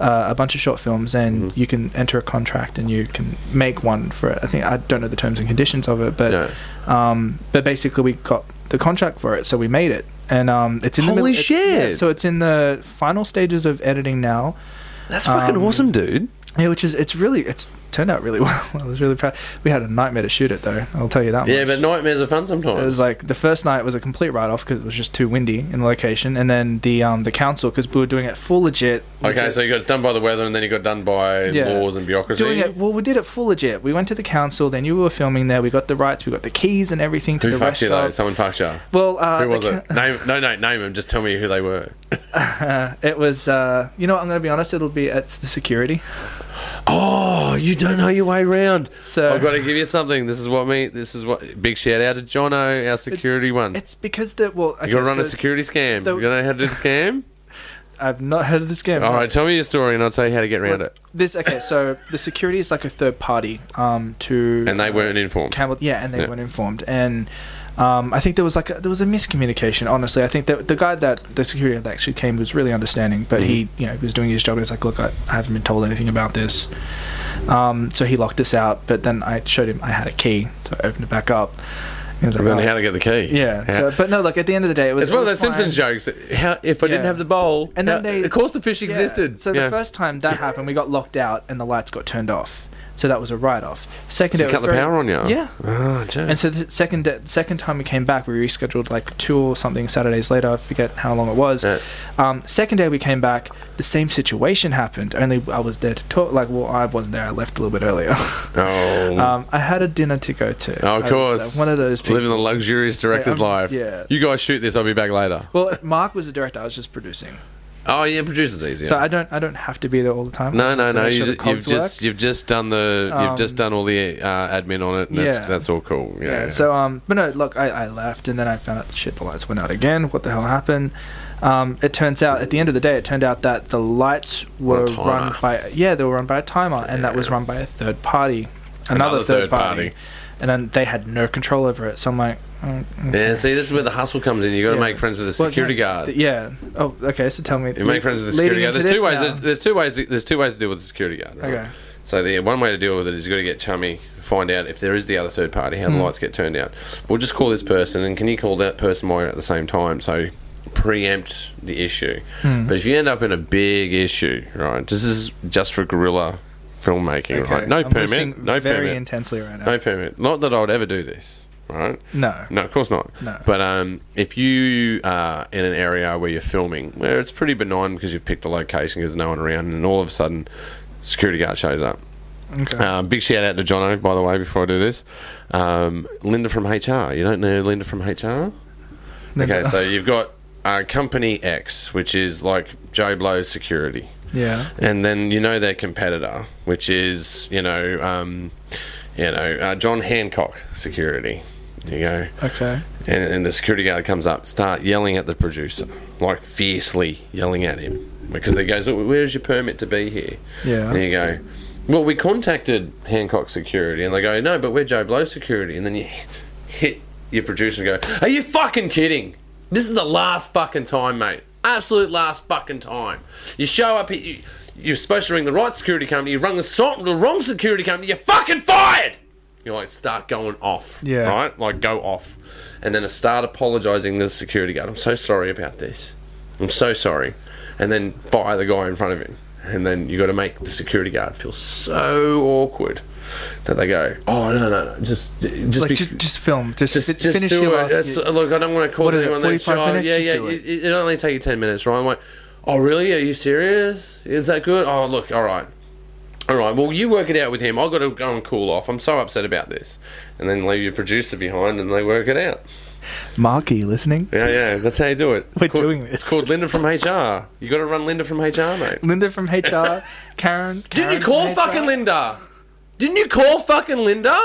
Speaker 1: uh, a bunch of short films, and
Speaker 2: Mm-hmm.
Speaker 1: you can enter a contract and you can make one for it. I think I don't know the terms and conditions of it, but
Speaker 2: yeah.
Speaker 1: um, but basically, we got the contract for it, so we made it, and um, it's in the middle-
Speaker 2: Holy
Speaker 1: it's-
Speaker 2: shit!
Speaker 1: yeah, so it's in the final stages of editing now,
Speaker 2: That's
Speaker 1: fucking um, awesome,
Speaker 2: dude.
Speaker 1: yeah, which is it's really it's turned out really well. I was really proud. We had a nightmare to shoot it though. I'll tell you that.
Speaker 2: Yeah,
Speaker 1: much.
Speaker 2: but nightmares are fun
Speaker 1: It
Speaker 2: sometimes.
Speaker 1: was like the first night was a complete write off because it was just too windy in the location, and then the um the council because we were doing it full legit.
Speaker 2: okay,
Speaker 1: legit-
Speaker 2: so you got done by the weather, and then you got done by
Speaker 1: Yeah.
Speaker 2: laws and bureaucracy.
Speaker 1: doing it well, we did it full legit. We went to the council, then you were filming there. We got the rights, we got the keys and everything to
Speaker 2: Who
Speaker 1: the
Speaker 2: fucked
Speaker 1: rest
Speaker 2: you though?
Speaker 1: of.
Speaker 2: Someone fucked you.
Speaker 1: Well, uh,
Speaker 2: Who
Speaker 1: the
Speaker 2: was
Speaker 1: ca-
Speaker 2: it? Name, no, no, name them. Just tell me who they were.
Speaker 1: it was. Uh, you know, what, I'm going to be honest. It'll be it's the security.
Speaker 2: Oh, you don't know your way round.
Speaker 1: So-
Speaker 2: I've got to give you something. This is what me. This is what. Big shout out to Jono, our security one.
Speaker 1: It's because the well. Okay,
Speaker 2: you got to run
Speaker 1: so
Speaker 2: a security scam.
Speaker 1: the-
Speaker 2: you know how to do the scam.
Speaker 1: I've not heard of this game.
Speaker 2: All right, tell me your story, and I'll tell you how to get around
Speaker 1: Well,
Speaker 2: it.
Speaker 1: This okay, so the security is like a third party um, to
Speaker 2: And they weren't informed.
Speaker 1: Campbell, yeah, and they
Speaker 2: Yeah.
Speaker 1: weren't informed, and um, I think there was like a, there was a miscommunication. Honestly, I think that the guy that the security that actually came was really understanding, but he
Speaker 2: Mm-hmm.
Speaker 1: you know was doing his job. and He's like, look, I, I haven't been told anything about this, um, so he locked us out. But then I showed him I had a key, so I opened it back up. He was
Speaker 2: And
Speaker 1: like,
Speaker 2: then
Speaker 1: "Oh."
Speaker 2: how to get the key?
Speaker 1: yeah, So, but no, look. At the end of the day, it was
Speaker 2: it's one of
Speaker 1: it
Speaker 2: those
Speaker 1: was
Speaker 2: Simpsons
Speaker 1: fine.
Speaker 2: jokes. How if I didn't
Speaker 1: Yeah.
Speaker 2: have the bowl,
Speaker 1: And then
Speaker 2: how-
Speaker 1: they-
Speaker 2: of course the fish
Speaker 1: Yeah.
Speaker 2: existed.
Speaker 1: So
Speaker 2: Yeah.
Speaker 1: the first time that happened, we got locked out and the lights got turned off. So that was a write-off. Second,
Speaker 2: So
Speaker 1: it was
Speaker 2: cut the
Speaker 1: very-
Speaker 2: power on you.
Speaker 1: Yeah,
Speaker 2: Ah, gee.
Speaker 1: And so the second the second time we came back, we rescheduled like two or something Saturdays later. I forget how long it was.
Speaker 2: Yeah.
Speaker 1: Um, second day we came back, the same situation happened. Only I was there to talk. Like, well, I wasn't there. I left a little bit earlier.
Speaker 2: oh,
Speaker 1: um, I had a dinner to go to.
Speaker 2: Oh,
Speaker 1: I
Speaker 2: of
Speaker 1: was, uh,
Speaker 2: course.
Speaker 1: one of those people.
Speaker 2: living the luxurious director's
Speaker 1: I'm-
Speaker 2: life.
Speaker 1: um, yeah.
Speaker 2: You guys shoot this. I'll be back later.
Speaker 1: well, Mark was the director. I was just producing,
Speaker 2: Oh yeah, producers easy.
Speaker 1: so I don't I don't have to be there all the time. I just
Speaker 2: No, no,
Speaker 1: have to
Speaker 2: no.
Speaker 1: make
Speaker 2: You
Speaker 1: sure the
Speaker 2: just, you've
Speaker 1: cogs work.
Speaker 2: just you've just done the you've just
Speaker 1: Um,
Speaker 2: done all the uh, admin on it. And that's,
Speaker 1: yeah.
Speaker 2: that's all cool. Yeah.
Speaker 1: Yeah, So um, but no, look, I, I left, and then I found out shit. The lights went out again. What the hell happened? Um, it turns out at the end of the day, it turned out that the lights
Speaker 2: On
Speaker 1: were
Speaker 2: a timer.
Speaker 1: run by yeah, they were run by a timer, and that was
Speaker 2: Yeah.
Speaker 1: run by a third party, another,
Speaker 2: Another
Speaker 1: third,
Speaker 2: third
Speaker 1: party.
Speaker 2: party.
Speaker 1: and then they had no control over it. So I'm like, mm, mm.
Speaker 2: yeah. See, this is where the hustle comes in. You got to
Speaker 1: Yeah.
Speaker 2: make friends with the
Speaker 1: Well,
Speaker 2: security
Speaker 1: yeah,
Speaker 2: guard.
Speaker 1: th- Yeah. Oh, okay. So tell me.
Speaker 2: You make friends with the security guard. There's two ways. There's, there's two ways. There's two ways to deal with the security guard. Right?
Speaker 1: Okay.
Speaker 2: So the one way to deal with it is you've got to get chummy, find out if there is the other third party, how
Speaker 1: Hmm.
Speaker 2: the lights get turned out. We'll just call this person, and can you call that person while you're at the same time? So preempt the issue.
Speaker 1: Hmm.
Speaker 2: But if you end up in a big issue, right? This is just for guerrilla filmmaking,
Speaker 1: Okay,
Speaker 2: right? No
Speaker 1: I'm listening
Speaker 2: permit. No
Speaker 1: very
Speaker 2: permit.
Speaker 1: intensely right now.
Speaker 2: no permit. Not that I would ever do this, right?
Speaker 1: No.
Speaker 2: No, of course not.
Speaker 1: No.
Speaker 2: But um, if you are in an area where you're filming, where it's pretty benign because you've picked a location, there's no one around, and all of a sudden, security guard shows up.
Speaker 1: Okay.
Speaker 2: Um, big shout out to Jono, by the way, before I do this. Um, Linda from HR. You don't know Linda from HR? Okay, so you've got uh, Company X, which is like Joe Blow Security.
Speaker 1: yeah.
Speaker 2: And then you know their competitor, which is, you know, um, you know uh, John Hancock Security. You go.
Speaker 1: Okay.
Speaker 2: And, and the security guard comes up, start yelling at the producer, like fiercely yelling at him, because he goes, "Look, "Where's your permit to be here?"
Speaker 1: Yeah.
Speaker 2: And you go, "Well, we contacted Hancock Security," and they go, "No, but we're Joe Blow Security." And then you hit your producer and go, "Are you fucking kidding? This is the last fucking time, mate. Absolute last fucking time. You show up." You, you're supposed to ring the right security company. You rung the, so- the wrong security company. You're fucking fired. You like start going off,
Speaker 1: Yeah.
Speaker 2: right? Like go off, and then I start apologising to the security guard. I'm so sorry about this. I'm so sorry, and then fire the guy in front of him. and then you got to make the security guard feel so awkward that they go, "Oh no, no, no, just, just,
Speaker 1: Like,
Speaker 2: be,
Speaker 1: just, just film. Just,
Speaker 2: just,
Speaker 1: fi-
Speaker 2: just
Speaker 1: finish
Speaker 2: do
Speaker 1: your
Speaker 2: it.
Speaker 1: last.
Speaker 2: That's- look, I don't want to cause
Speaker 1: What is it,
Speaker 2: anyone that
Speaker 1: 45
Speaker 2: job.
Speaker 1: minutes?
Speaker 2: Yeah,
Speaker 1: Just
Speaker 2: yeah.
Speaker 1: do
Speaker 2: It, it it'll only take you ten minutes, right? I'm like, oh really? Are you serious? Is that good? Oh look, all right. All right. Well, you work it out with him. I've got to go and cool off. I'm so upset about this, and then leave your producer behind, and they work it out.
Speaker 1: Mark, are you listening?
Speaker 2: Yeah, yeah. That's how you do it.
Speaker 1: We're
Speaker 2: It's called-
Speaker 1: doing this.
Speaker 2: It's called Linda from HR. You got to run Linda from HR, mate.
Speaker 1: Linda from HR. Karen.
Speaker 2: Didn't you
Speaker 1: Karen
Speaker 2: call
Speaker 1: from
Speaker 2: fucking
Speaker 1: HR.
Speaker 2: Linda? Didn't you call fucking Linda?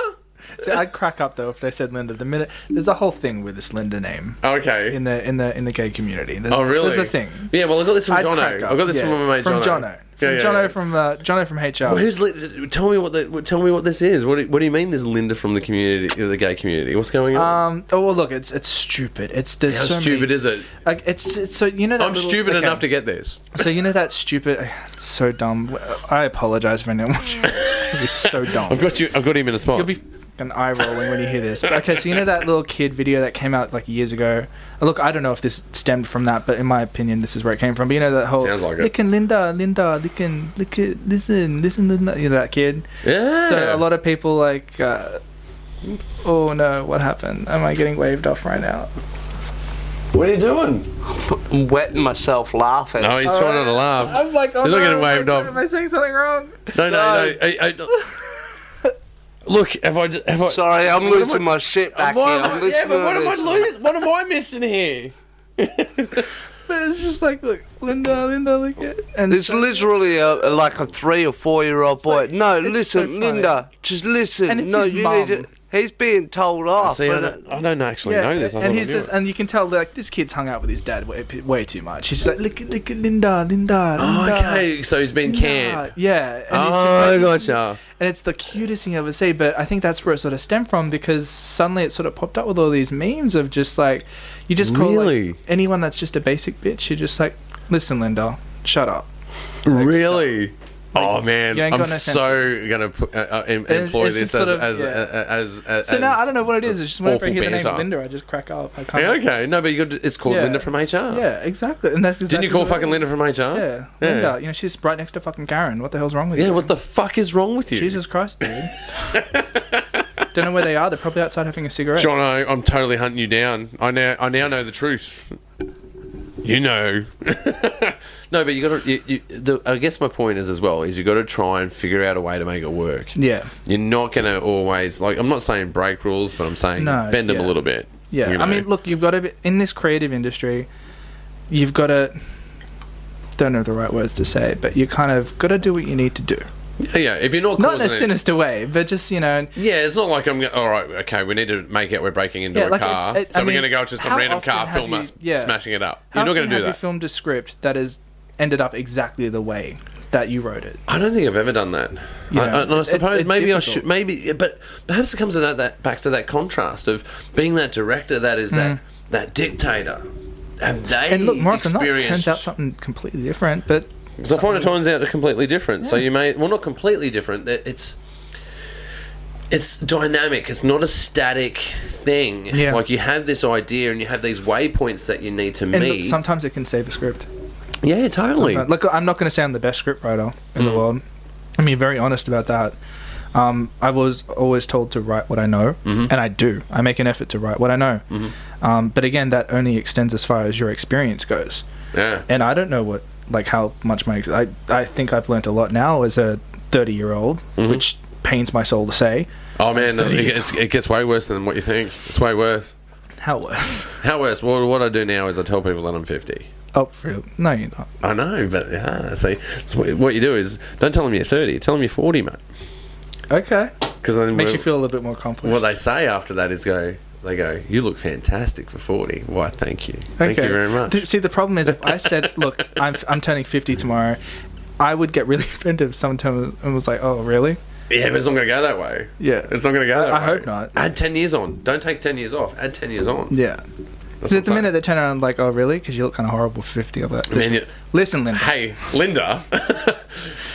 Speaker 1: See, I'd crack up though if they said Linda. The minute there's a whole thing with this Linda name
Speaker 2: Okay.
Speaker 1: in the in the in the gay community. There's,
Speaker 2: Oh, really?
Speaker 1: There's a thing.
Speaker 2: Yeah, well, I got this from
Speaker 1: I'd
Speaker 2: Jono. I
Speaker 1: crack up,
Speaker 2: got this
Speaker 1: yeah.
Speaker 2: from my mate
Speaker 1: from
Speaker 2: Jono.
Speaker 1: Jono. From
Speaker 2: Yeah, yeah,
Speaker 1: Jono
Speaker 2: yeah.
Speaker 1: from uh, Jono from HR.
Speaker 2: Well, who's li- tell me what the, tell me what this is? What do, what do you mean? There's Linda from the community, the gay community. What's going on?
Speaker 1: um. Oh well, look, it's it's stupid. It's there's
Speaker 2: How
Speaker 1: so
Speaker 2: stupid
Speaker 1: many,
Speaker 2: is it?
Speaker 1: Like it's, it's so you know. That
Speaker 2: I'm
Speaker 1: little-
Speaker 2: stupid
Speaker 1: okay.
Speaker 2: enough to get this.
Speaker 1: So you know that stupid, it's so dumb. I apologize for anyone. watching this. It's gonna be so dumb.
Speaker 2: I've got you. I've got him in a spot.
Speaker 1: You'll be an eye rolling when you hear this. But, okay, so you know that little kid video that came out like years ago. Look, I don't know if this stemmed from that, but in my opinion, this is where it came from. But you know that whole
Speaker 2: Sounds like it.
Speaker 1: "Lickin' Linda, Linda, lickin', lickin', listen, listen, Linda," you know that kid.
Speaker 2: yeah.
Speaker 1: So a lot of people like, uh, oh no, what happened? Am I getting waved off right now?
Speaker 2: what are you doing?
Speaker 3: I'm wetting myself laughing.
Speaker 2: No, he's trying not to laugh.
Speaker 1: I'm like, oh
Speaker 2: He's
Speaker 1: no,
Speaker 2: not getting
Speaker 1: am I-
Speaker 2: waved off.
Speaker 1: Am I saying something wrong?
Speaker 2: No, no, no. I, I, look, have I? Have I?
Speaker 3: Sorry, I'm
Speaker 2: What am
Speaker 3: losing
Speaker 2: I-
Speaker 3: my shit back
Speaker 2: Why
Speaker 3: here.
Speaker 2: am I-
Speaker 3: I'm
Speaker 2: yeah,
Speaker 3: listening
Speaker 2: but what
Speaker 3: to
Speaker 2: am I
Speaker 3: this.
Speaker 2: losing? What am I missing here?
Speaker 1: But it's just like, look, Linda, Linda, look at, and
Speaker 3: It's
Speaker 1: so-
Speaker 3: literally a, like a three or four year old boy. no,
Speaker 1: it's so
Speaker 3: listen,
Speaker 1: funny.
Speaker 3: Linda, just listen.
Speaker 1: And it's
Speaker 3: no,
Speaker 1: his
Speaker 3: you
Speaker 1: mum.
Speaker 3: need to. He's being told off.
Speaker 2: Oh, See, I
Speaker 3: but-
Speaker 2: don't, I don't actually know this. I
Speaker 1: and
Speaker 2: thought I
Speaker 1: he's
Speaker 2: knew
Speaker 1: just,
Speaker 2: it.
Speaker 1: and you can tell like this kid's hung out with his dad way, way too much. He's just like, look, at- look at Linda, Linda, Linda.
Speaker 2: Oh, okay, so he's been
Speaker 1: Linda."
Speaker 2: camp.
Speaker 1: Yeah. And
Speaker 2: Oh,
Speaker 1: he's just like,
Speaker 2: gotcha.
Speaker 1: And it's the cutest thing I ever see, but I think that's where it sort of stemmed from because suddenly it sort of popped up with all these memes of just like, you just call like,
Speaker 2: Really?
Speaker 1: anyone that's just a basic bitch, you're just like, listen, Linda, shut up.
Speaker 2: Really? oh man,
Speaker 1: you ain't
Speaker 2: I'm
Speaker 1: got no sense
Speaker 2: so gonna put, uh, uh, em-
Speaker 1: it's
Speaker 2: employ
Speaker 1: just
Speaker 2: this as,
Speaker 1: sort of-
Speaker 2: as,
Speaker 1: yeah.
Speaker 2: uh, as, as
Speaker 1: So
Speaker 2: as
Speaker 1: now I don't know what it is. It's just whenever I
Speaker 2: awful
Speaker 1: hear the name
Speaker 2: banter.
Speaker 1: Linda, I just crack up. I can't.
Speaker 2: Hey, okay, no, but you got it's called
Speaker 1: Yeah.
Speaker 2: Linda from HR.
Speaker 1: Yeah, exactly. And that's exactly
Speaker 2: Didn't you call
Speaker 1: what it
Speaker 2: fucking
Speaker 1: is.
Speaker 2: Linda from HR?
Speaker 1: Yeah,
Speaker 2: Yeah.
Speaker 1: Linda. You know she's right next to fucking Karen. What the hell's wrong with
Speaker 2: Yeah,
Speaker 1: you?
Speaker 2: what the fuck is wrong with you?
Speaker 1: Jesus Christ, dude. Don't know where they are. They're probably outside having a cigarette.
Speaker 2: John, I, I'm totally hunting you down. I now I now know the truth. You know. no, but you got to. You, you, the, I guess my point is as well is you got to try and figure out a way to make it work.
Speaker 1: Yeah,
Speaker 2: You're not going to always like. I'm not saying break rules, but I'm saying
Speaker 1: No,
Speaker 2: bend them a
Speaker 1: yeah.
Speaker 2: little bit.
Speaker 1: yeah.
Speaker 2: you
Speaker 1: I
Speaker 2: know.
Speaker 1: mean, look, you've got to be, in this creative industry. You've got to. Don't know the right words to say, but you kind of got to do what you need to do.
Speaker 2: yeah, yeah, if you're not
Speaker 1: Not in a
Speaker 2: causing it-
Speaker 1: sinister way, but just you know.
Speaker 2: Yeah, it's not like I'm. go- All right, okay, we need to make out we're breaking into
Speaker 1: Yeah,
Speaker 2: a
Speaker 1: like,
Speaker 2: car,
Speaker 1: it's- it-
Speaker 2: so
Speaker 1: I
Speaker 2: we're
Speaker 1: mean,
Speaker 2: going to go to some
Speaker 1: how
Speaker 2: random
Speaker 1: often
Speaker 2: car,
Speaker 1: have
Speaker 2: film
Speaker 1: you-
Speaker 2: us
Speaker 1: yeah.
Speaker 2: smashing it up.
Speaker 1: How
Speaker 2: you're not
Speaker 1: often
Speaker 2: going to do
Speaker 1: have
Speaker 2: that.
Speaker 1: You filmed a script that has ended up exactly the way that you wrote it.
Speaker 2: I don't think I've ever done that.
Speaker 1: You
Speaker 2: I,
Speaker 1: know,
Speaker 2: I- and I
Speaker 1: it's-
Speaker 2: suppose
Speaker 1: it's
Speaker 2: maybe I
Speaker 1: difficult.
Speaker 2: should. Maybe, but perhaps it comes in at that back to that contrast of being that director that is that that dictator. Have they
Speaker 1: Mm. And look, more often than not, it
Speaker 2: experienced?
Speaker 1: turns out something completely different. But
Speaker 2: So I find it turns out completely different. So you may well not completely different. that It's it's dynamic. It's not a static thing.
Speaker 1: Yeah.
Speaker 2: Like you have this idea and you have these waypoints that you need to
Speaker 1: and look,
Speaker 2: meet.
Speaker 1: sometimes it can save a script.
Speaker 2: yeah, totally.
Speaker 1: Uh, Look, I'm not going to say I'm the best scriptwriter in the world. I mean, very honest about that. Um, I was always told to write what I know, and I do. I make an effort to write what I know. Um, but again, that only extends as far as your experience goes.
Speaker 2: Yeah.
Speaker 1: And I don't know what, like, how much my. ex- I, I think I've learnt a lot now as a 30 year old, which pains my soul to say.
Speaker 2: Oh man, it gets, it gets way worse than what you think. It's way worse.
Speaker 1: How worse?
Speaker 2: How worse? Well, what I do now is I tell people that I'm 50.
Speaker 1: Oh, real? No, you're not.
Speaker 2: I know, but yeah. See, so what- what you do is don't tell them you're 30. Tell them you're 40, mate.
Speaker 1: Okay.
Speaker 2: Because then
Speaker 1: Makes
Speaker 2: we're-
Speaker 1: you feel a little bit more accomplished.
Speaker 2: What they say after that is go. They go. You look fantastic for forty. Why? Thank you. Thank you very much.
Speaker 1: Th- see, the problem is, if I said, "Look, I'm I'm turning 50 tomorrow," I would get really offended if someone told me and was like, "Oh, really?"
Speaker 2: yeah, but it's not going to go that way.
Speaker 1: Yeah.
Speaker 2: It's not going to go.
Speaker 1: I-
Speaker 2: That
Speaker 1: I
Speaker 2: way.
Speaker 1: hope not.
Speaker 2: Add ten years on. Don't take ten years off. Add ten years on.
Speaker 1: Yeah.
Speaker 2: That's
Speaker 1: So
Speaker 2: what
Speaker 1: at the
Speaker 2: I'm
Speaker 1: minute they turn around like, "Oh, really?" Because you look kind of horrible for 50. I'm like,
Speaker 2: Man,
Speaker 1: listen,
Speaker 2: you-
Speaker 1: listen, Linda.
Speaker 2: saying. Hey, Linda.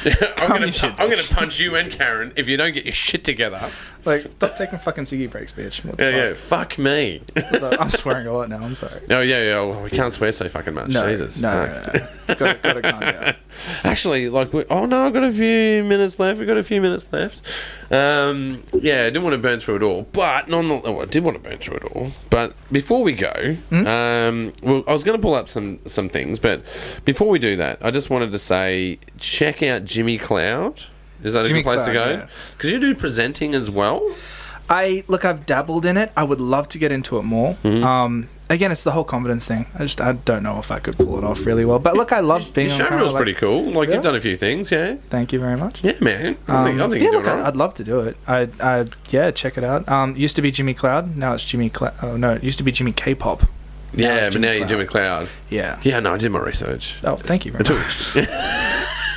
Speaker 2: I'm
Speaker 1: your
Speaker 2: going
Speaker 1: shit,
Speaker 2: to I'm going to punch you and Karen if you don't get your shit together.
Speaker 1: Like, stop taking fucking ciggy breaks, bitch. What the
Speaker 2: Yeah, yeah. Fuck me.
Speaker 1: fuck? Like, I'm swearing a lot now. I'm sorry.
Speaker 2: Oh yeah, yeah. Well, we can't swear so fucking much.
Speaker 1: No,
Speaker 2: Jesus.
Speaker 1: no,
Speaker 2: Fuck.
Speaker 1: no, no, no. Gotta, gotta calm down.
Speaker 2: Actually, like, we, oh no, I've got a few minutes left. We've got a few minutes left. Um, yeah, I didn't want to burn through it all, but non- oh, I did want to burn through it all. But before we go,
Speaker 1: Hmm?
Speaker 2: um, well, I was going to pull up some some things, but before we do that, I just wanted to say check out Jimmy Cloud. Is that
Speaker 1: Jimmy
Speaker 2: a good place to
Speaker 1: Cloud,
Speaker 2: go?
Speaker 1: yeah.
Speaker 2: Because you do presenting as well.
Speaker 1: I look. I've dabbled in it. I would love to get into it more.
Speaker 2: Mm-hmm.
Speaker 1: Um, again, it's the whole confidence thing. I just I don't know if I could pull it off really well. But look, I love being.
Speaker 2: Your
Speaker 1: on camera,
Speaker 2: showreel's
Speaker 1: like-
Speaker 2: pretty cool. Like
Speaker 1: Yeah.
Speaker 2: you've done a few things, yeah,
Speaker 1: Thank you very much.
Speaker 2: yeah, man. I think, I
Speaker 1: Um,
Speaker 2: think
Speaker 1: yeah,
Speaker 2: you're doing
Speaker 1: look,
Speaker 2: all
Speaker 1: I-
Speaker 2: right.
Speaker 1: I'd love to do it. I, I, yeah, check it out. Um, it used to be Jimmy Cloud. Now it's Jimmy. Cla- oh no, it used to be Jimmy K-pop. Now
Speaker 2: yeah,
Speaker 1: it's
Speaker 2: but now you're
Speaker 1: Cloud.
Speaker 2: Jimmy Cloud.
Speaker 1: Yeah.
Speaker 2: Yeah, no, I did my research.
Speaker 1: Oh, thank you very
Speaker 2: Two.
Speaker 1: much.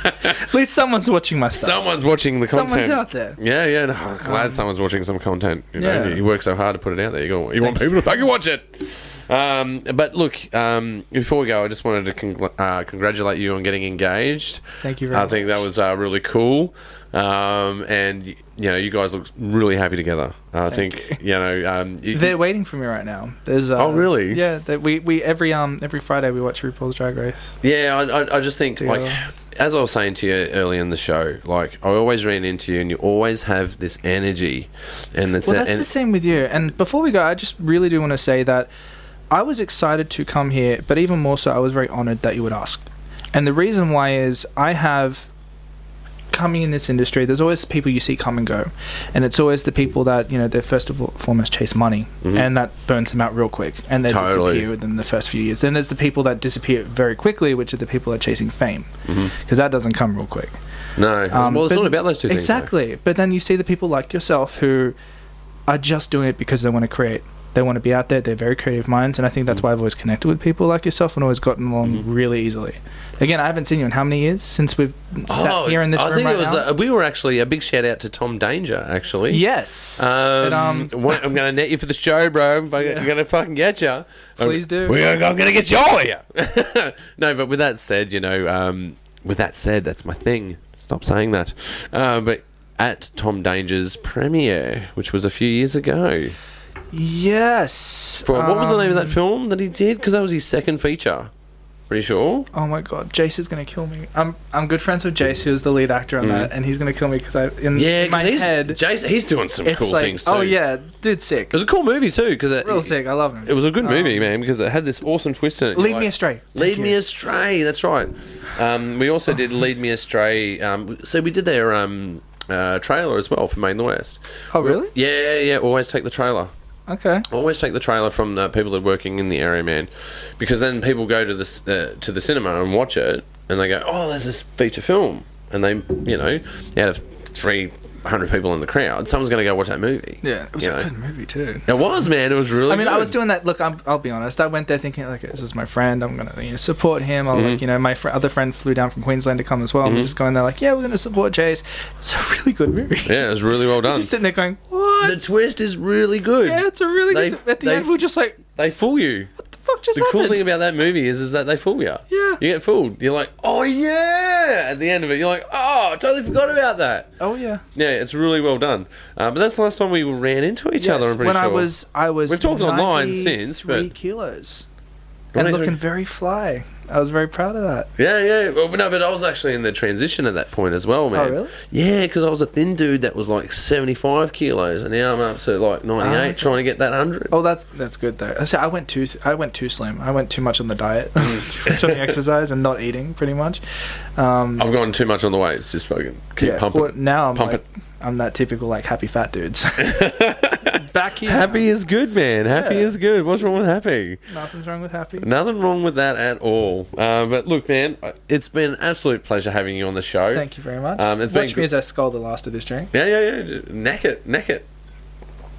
Speaker 1: At least someone's watching my stuff.
Speaker 2: Someone's watching the
Speaker 1: Someone's
Speaker 2: content.
Speaker 1: out there.
Speaker 2: Yeah, yeah. No, I'm glad someone's watching some content. You know,
Speaker 1: Yeah.
Speaker 2: you work so hard to put it out there. You, go, you want
Speaker 1: Thank
Speaker 2: people to fucking watch it. Um, but look, um, before we go, I just wanted to congl- uh, congratulate you on getting engaged.
Speaker 1: Thank you very
Speaker 2: I think that was uh, really cool. Um, and y- you know, you guys look really happy together. I think you. know. Um, you,
Speaker 1: They're waiting for me right now. There's. Uh,
Speaker 2: Oh, really?
Speaker 1: Yeah. That we, we every um every Friday we watch RuPaul's Drag Race.
Speaker 2: Yeah, I, I, I just think like
Speaker 1: Together.
Speaker 2: as I was saying to you earlier in the show, like I always ran into you, and you always have this energy, and that's
Speaker 1: Well,
Speaker 2: a-
Speaker 1: that's
Speaker 2: and,
Speaker 1: the same with you. And before we go, I just really do want to say that I was excited to come here, but even more so, I was very honored that you would ask. And the reason why is I have coming in this industry. There's always people you see come and go, and it's always the people that you know they first of all foremost chase money, and that burns them out real quick, and they
Speaker 2: Mm-hmm. Totally.
Speaker 1: disappear within the first few years. Then there's the people that disappear very quickly, which are the people that are chasing fame, because
Speaker 2: Mm-hmm.
Speaker 1: that doesn't come real quick.
Speaker 2: no.
Speaker 1: Um,
Speaker 2: well, it's
Speaker 1: but-
Speaker 2: not about those two things. though.
Speaker 1: Exactly. But then you see the people like yourself who are just doing it because they want to create. They want to be out there. They're very creative minds, and I think
Speaker 2: Mm.
Speaker 1: that's why I've always connected with people like yourself and always gotten along
Speaker 2: Mm-hmm.
Speaker 1: really easily. Again, I haven't seen you in how many years since we've sat here in this
Speaker 2: Oh, I
Speaker 1: room
Speaker 2: think
Speaker 1: right
Speaker 2: it was.
Speaker 1: now?
Speaker 2: Uh, we were actually a big shout out to Tom Danger, actually.
Speaker 1: yes. But,
Speaker 2: Um,
Speaker 1: um,
Speaker 2: what- I'm gonna net you for the show, bro. I'm fucking- I'm gonna fucking get you.
Speaker 1: Please do.
Speaker 2: We are, I'm gonna get you all here. no, but with that said, you know, um, with that said, that's my thing. Stop saying that. Uh, but at Tom Danger's premiere, which was a few years ago,
Speaker 1: yes.
Speaker 2: for, what was the name of that
Speaker 1: Um,
Speaker 2: film that he did? Because that was his second feature. Pretty sure.
Speaker 1: Oh my god, Jace is gonna kill me. I'm I'm good friends with Jace, who's the lead actor on that, and he's gonna kill me because I in
Speaker 2: Mm. Yeah, 'cause
Speaker 1: my
Speaker 2: he's,
Speaker 1: head
Speaker 2: Jason, he's doing some
Speaker 1: it's
Speaker 2: cool
Speaker 1: like
Speaker 2: things too.
Speaker 1: oh yeah, dude, sick,
Speaker 2: It was a cool movie too because
Speaker 1: real sick. I love him.
Speaker 2: It was a good
Speaker 1: Um,
Speaker 2: movie, man, because it had this awesome twist in it. You're
Speaker 1: Lead
Speaker 2: like,
Speaker 1: me astray.
Speaker 2: Lead
Speaker 1: Thank
Speaker 2: me
Speaker 1: you.
Speaker 2: astray. That's right. Um, we also did Lead Me Astray. Um, so we did their um, uh, trailer as well for Main the West.
Speaker 1: Oh really?
Speaker 2: Yeah, yeah. Always take the trailer.
Speaker 1: Okay.
Speaker 2: Always take the trailer from the people that are working in the area, man, because then people go to the c- uh, to the cinema and watch it, and they go, "Oh, there's this feature film," and they, you know, out of three hundred people in the crowd, someone's going to go watch that movie.
Speaker 1: Yeah, it was
Speaker 2: you
Speaker 1: a
Speaker 2: know.
Speaker 1: good movie too.
Speaker 2: It was, man. It was really.
Speaker 1: I mean, I
Speaker 2: good.
Speaker 1: was doing that. Look, I'm, I'll be honest. I went there thinking like, this is my friend. I'm gonna you know, support him. I'll
Speaker 2: Mm-hmm.
Speaker 1: like, you know, my fr- other friend flew down from Queensland to come as well. and We're just going there like, yeah, we're gonna support Jace. It's a really good movie.
Speaker 2: Yeah, it was really well done.
Speaker 1: just sitting there going, what?
Speaker 2: The twist is really good.
Speaker 1: yeah, it's a really
Speaker 2: They-
Speaker 1: good. At the
Speaker 2: they-
Speaker 1: end, we're just like,
Speaker 2: They fool you.
Speaker 1: the fuck just
Speaker 2: The cool
Speaker 1: happened?
Speaker 2: thing about that movie is, is that they fool you.
Speaker 1: Yeah.
Speaker 2: You get fooled. You're like, oh yeah. At the end of it, you're like, oh, I totally forgot about that.
Speaker 1: oh yeah.
Speaker 2: Yeah, it's really well done. Uh, but that's the last time we ran into each other. I'm
Speaker 1: Yes,
Speaker 2: pretty
Speaker 1: when
Speaker 2: sure.
Speaker 1: I was, I was.
Speaker 2: We've talked online
Speaker 1: 93
Speaker 2: since, but-
Speaker 1: kilos and
Speaker 2: 93
Speaker 1: looking very fly. I was very proud of that.
Speaker 2: Yeah, yeah. Well, no, but I was actually in the transition at that point as well, man.
Speaker 1: Oh, really?
Speaker 2: Yeah, because I was a thin dude that was like 75 kilos, and now I'm up to like 98,
Speaker 1: Ah, okay.
Speaker 2: trying to get that 100.
Speaker 1: Oh, that's that's good though. So I went too I went too slim. I went too much on the diet, too much on the exercise, and not eating pretty much. Um,
Speaker 2: I've gone too much on the weights. Just fucking keep pumping.
Speaker 1: well, now I'm
Speaker 2: Pump
Speaker 1: like, I'm that typical like happy fat dudes. Back here,
Speaker 2: Happy is good, man. Happy
Speaker 1: Yeah.
Speaker 2: is good. What's wrong with happy?
Speaker 1: Nothing's wrong with happy.
Speaker 2: Nothing wrong with that at all. Uh, but look, man, it's been an absolute pleasure having you on the show.
Speaker 1: Thank you very much.
Speaker 2: Um, it's been
Speaker 1: Watch
Speaker 2: good-
Speaker 1: me as I scull the last of this drink.
Speaker 2: Yeah, yeah, yeah. Neck it, neck it.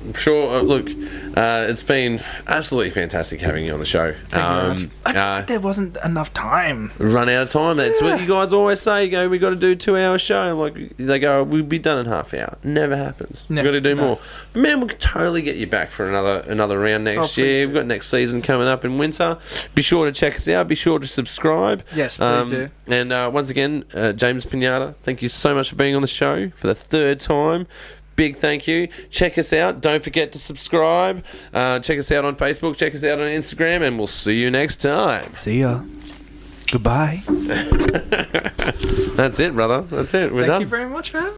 Speaker 2: I'm sure. Uh, look, uh, it's been absolutely fantastic having you on the show.
Speaker 1: Thank you very much. I feel
Speaker 2: uh,
Speaker 1: like there wasn't enough time.
Speaker 2: run out of time. That's what you guys always say. You go, we got to do two hour show. I'm like they go, we'll be done in half hour. Never happens.
Speaker 1: No,
Speaker 2: we got to do
Speaker 1: no.
Speaker 2: more. But man, we could totally get you back for another another round next
Speaker 1: Oh, please
Speaker 2: year.
Speaker 1: do.
Speaker 2: We've got next season coming up in winter. Be sure to check us out. Be sure to subscribe. Um,
Speaker 1: Yes, please do.
Speaker 2: And uh, once again, uh, James Pinata, thank you so much for being on the show for the third time. Big thank you. Check us out. Don't forget to subscribe. Uh, check us out on Facebook. Check us out on Instagram. And we'll see you next time.
Speaker 1: See ya. Goodbye.
Speaker 2: That's it, brother. That's it. We're
Speaker 1: Thank
Speaker 2: done.
Speaker 1: you very much, man.